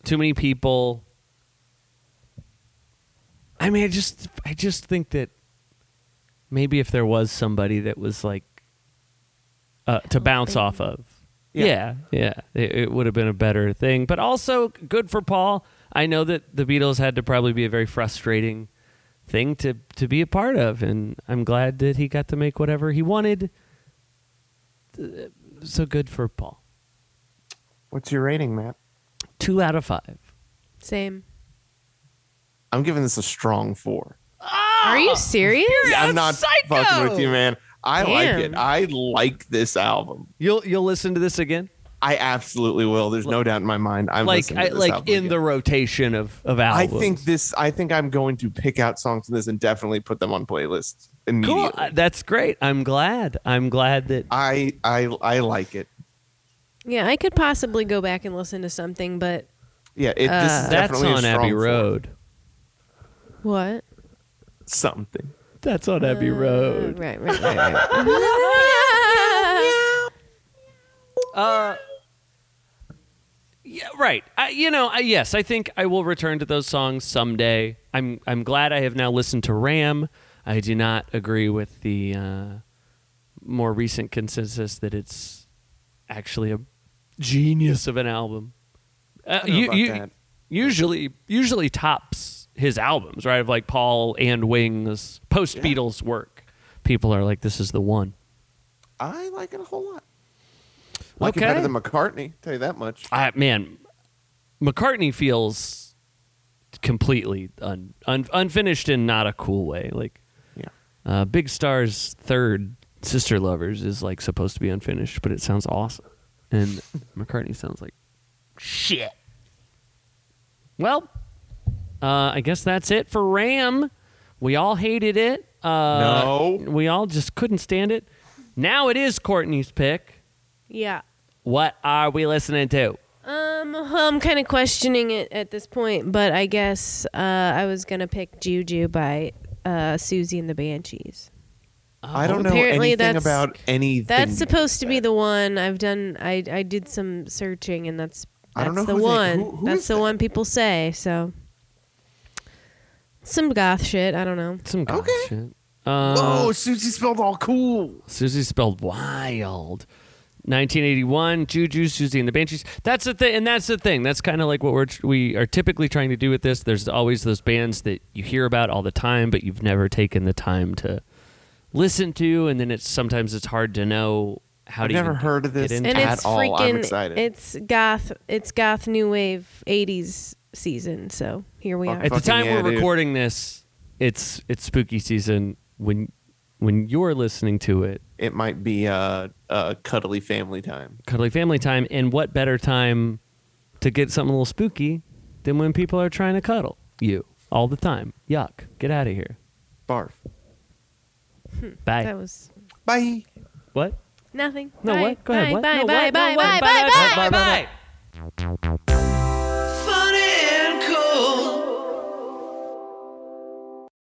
[SPEAKER 1] too many people. I mean, I just I just think that maybe if there was somebody that was like uh, to bounce off of, yeah,
[SPEAKER 2] Yeah.
[SPEAKER 1] yeah, it, it would have been a better thing. But also good for Paul. I know that the Beatles had to probably be a very frustrating thing to to be a part of and I'm glad that he got to make whatever he wanted. Uh, So good for Paul.
[SPEAKER 2] What's your rating, Matt?
[SPEAKER 1] 2 out of 5.
[SPEAKER 3] Same.
[SPEAKER 2] I'm giving this a strong four.
[SPEAKER 3] Are you serious?
[SPEAKER 2] Oh, I'm not fucking with you, man. I like
[SPEAKER 3] Damn.
[SPEAKER 2] it. I like this album.
[SPEAKER 1] You'll you'll listen to this again?
[SPEAKER 2] I absolutely will. There's no doubt in my mind. I'm
[SPEAKER 1] like
[SPEAKER 2] listening to
[SPEAKER 1] I,
[SPEAKER 2] this
[SPEAKER 1] like
[SPEAKER 2] album
[SPEAKER 1] in the
[SPEAKER 2] again.
[SPEAKER 1] rotation of of
[SPEAKER 2] I
[SPEAKER 1] albums.
[SPEAKER 2] think this. I think I'm going to pick out songs from this and definitely put them on playlists
[SPEAKER 1] cool.
[SPEAKER 2] immediately.
[SPEAKER 1] Uh, That's great. I'm glad. I'm glad that
[SPEAKER 2] I I I like it.
[SPEAKER 3] Yeah, I could possibly go back and listen to something, but
[SPEAKER 2] Yeah, it, this
[SPEAKER 3] Uh,
[SPEAKER 2] is
[SPEAKER 1] that's
[SPEAKER 2] definitely a
[SPEAKER 1] on Abbey
[SPEAKER 2] strong four.
[SPEAKER 1] Road.
[SPEAKER 3] what?
[SPEAKER 2] Something.
[SPEAKER 1] That's on Abbey
[SPEAKER 3] Uh,
[SPEAKER 1] Road.
[SPEAKER 3] right, right, right, right.
[SPEAKER 2] [LAUGHS]
[SPEAKER 1] Uh, yeah, right. I, you know, I, yes, I think I will return to those songs someday. I'm I'm glad I have now listened to Ram. I do not agree with the uh, more recent consensus that it's actually a genius of an album. Uh,
[SPEAKER 2] don't know about that.
[SPEAKER 1] usually usually tops his albums, right? Of like Paul and Wings post Beatles work. People are like, this is the one.
[SPEAKER 2] I like it a whole lot. Like
[SPEAKER 1] Okay.
[SPEAKER 2] it better than McCartney. Tell you that much.
[SPEAKER 1] I man, McCartney feels completely un, un, unfinished in not a cool way. Like
[SPEAKER 2] Yeah.
[SPEAKER 1] uh, Big Star's third Sister Lovers is like supposed to be unfinished, but it sounds awesome,
[SPEAKER 2] [LAUGHS]
[SPEAKER 1] and McCartney sounds like shit. Well, uh, I guess that's it for Ram. We all hated it. Uh,
[SPEAKER 2] No.
[SPEAKER 1] we all just couldn't stand it. Now it is Courtney's pick.
[SPEAKER 3] yeah.
[SPEAKER 1] What are we listening to?
[SPEAKER 3] Um, I'm kind of questioning it at this point, but I guess uh, I was gonna pick Juju by uh, Susie and the Banshees.
[SPEAKER 1] Oh,
[SPEAKER 2] I don't know
[SPEAKER 3] Apparently
[SPEAKER 2] anything
[SPEAKER 3] that's-
[SPEAKER 2] about anything.
[SPEAKER 3] That's supposed to be the one I've done. I I did some searching, and that's
[SPEAKER 2] I
[SPEAKER 3] that's
[SPEAKER 2] don't know
[SPEAKER 3] the
[SPEAKER 2] who they-
[SPEAKER 3] one.
[SPEAKER 2] who- who
[SPEAKER 3] that's
[SPEAKER 2] is
[SPEAKER 3] the
[SPEAKER 2] that?
[SPEAKER 3] one people say. So some goth shit. I don't know.
[SPEAKER 1] Some goth
[SPEAKER 2] Okay.
[SPEAKER 1] shit. Uh,
[SPEAKER 2] Oh, Susie spelled all cool.
[SPEAKER 1] Susie spelled wild. 1981, Juju, Susie and the Banshees. That's the thing, and that's the thing. That's kind of like what we're we are typically trying to do with this. There's always those bands that you hear about all the time, but you've never taken the time to listen to, and then it's sometimes it's hard to know how
[SPEAKER 2] I've
[SPEAKER 1] to.
[SPEAKER 2] never
[SPEAKER 1] even
[SPEAKER 2] heard of
[SPEAKER 1] get
[SPEAKER 2] this.
[SPEAKER 1] into
[SPEAKER 3] and
[SPEAKER 2] At
[SPEAKER 3] it's
[SPEAKER 2] all, I'm
[SPEAKER 3] freaking
[SPEAKER 2] excited.
[SPEAKER 3] it's goth it's goth new wave 80s season so here we
[SPEAKER 2] Fuck,
[SPEAKER 3] are
[SPEAKER 1] At the
[SPEAKER 2] Fucking
[SPEAKER 1] time
[SPEAKER 2] yeah,
[SPEAKER 1] we're
[SPEAKER 2] dude.
[SPEAKER 1] recording this, it's it's spooky season. When when you're listening to it,
[SPEAKER 2] It might be uh, uh, cuddly family time.
[SPEAKER 1] cuddly family time, and what better time to get something a little spooky than when people are trying to cuddle you all the time? Yuck! Get out of here.
[SPEAKER 2] Barf.
[SPEAKER 1] Bye.
[SPEAKER 3] that was
[SPEAKER 2] Bye.
[SPEAKER 1] what?
[SPEAKER 3] nothing
[SPEAKER 1] No
[SPEAKER 3] bye.
[SPEAKER 1] what? Go ahead.
[SPEAKER 3] bye
[SPEAKER 1] What?
[SPEAKER 3] bye
[SPEAKER 1] No,
[SPEAKER 3] bye
[SPEAKER 1] what?
[SPEAKER 3] bye
[SPEAKER 1] No,
[SPEAKER 3] bye
[SPEAKER 1] what?
[SPEAKER 3] bye bye
[SPEAKER 1] bye. bye.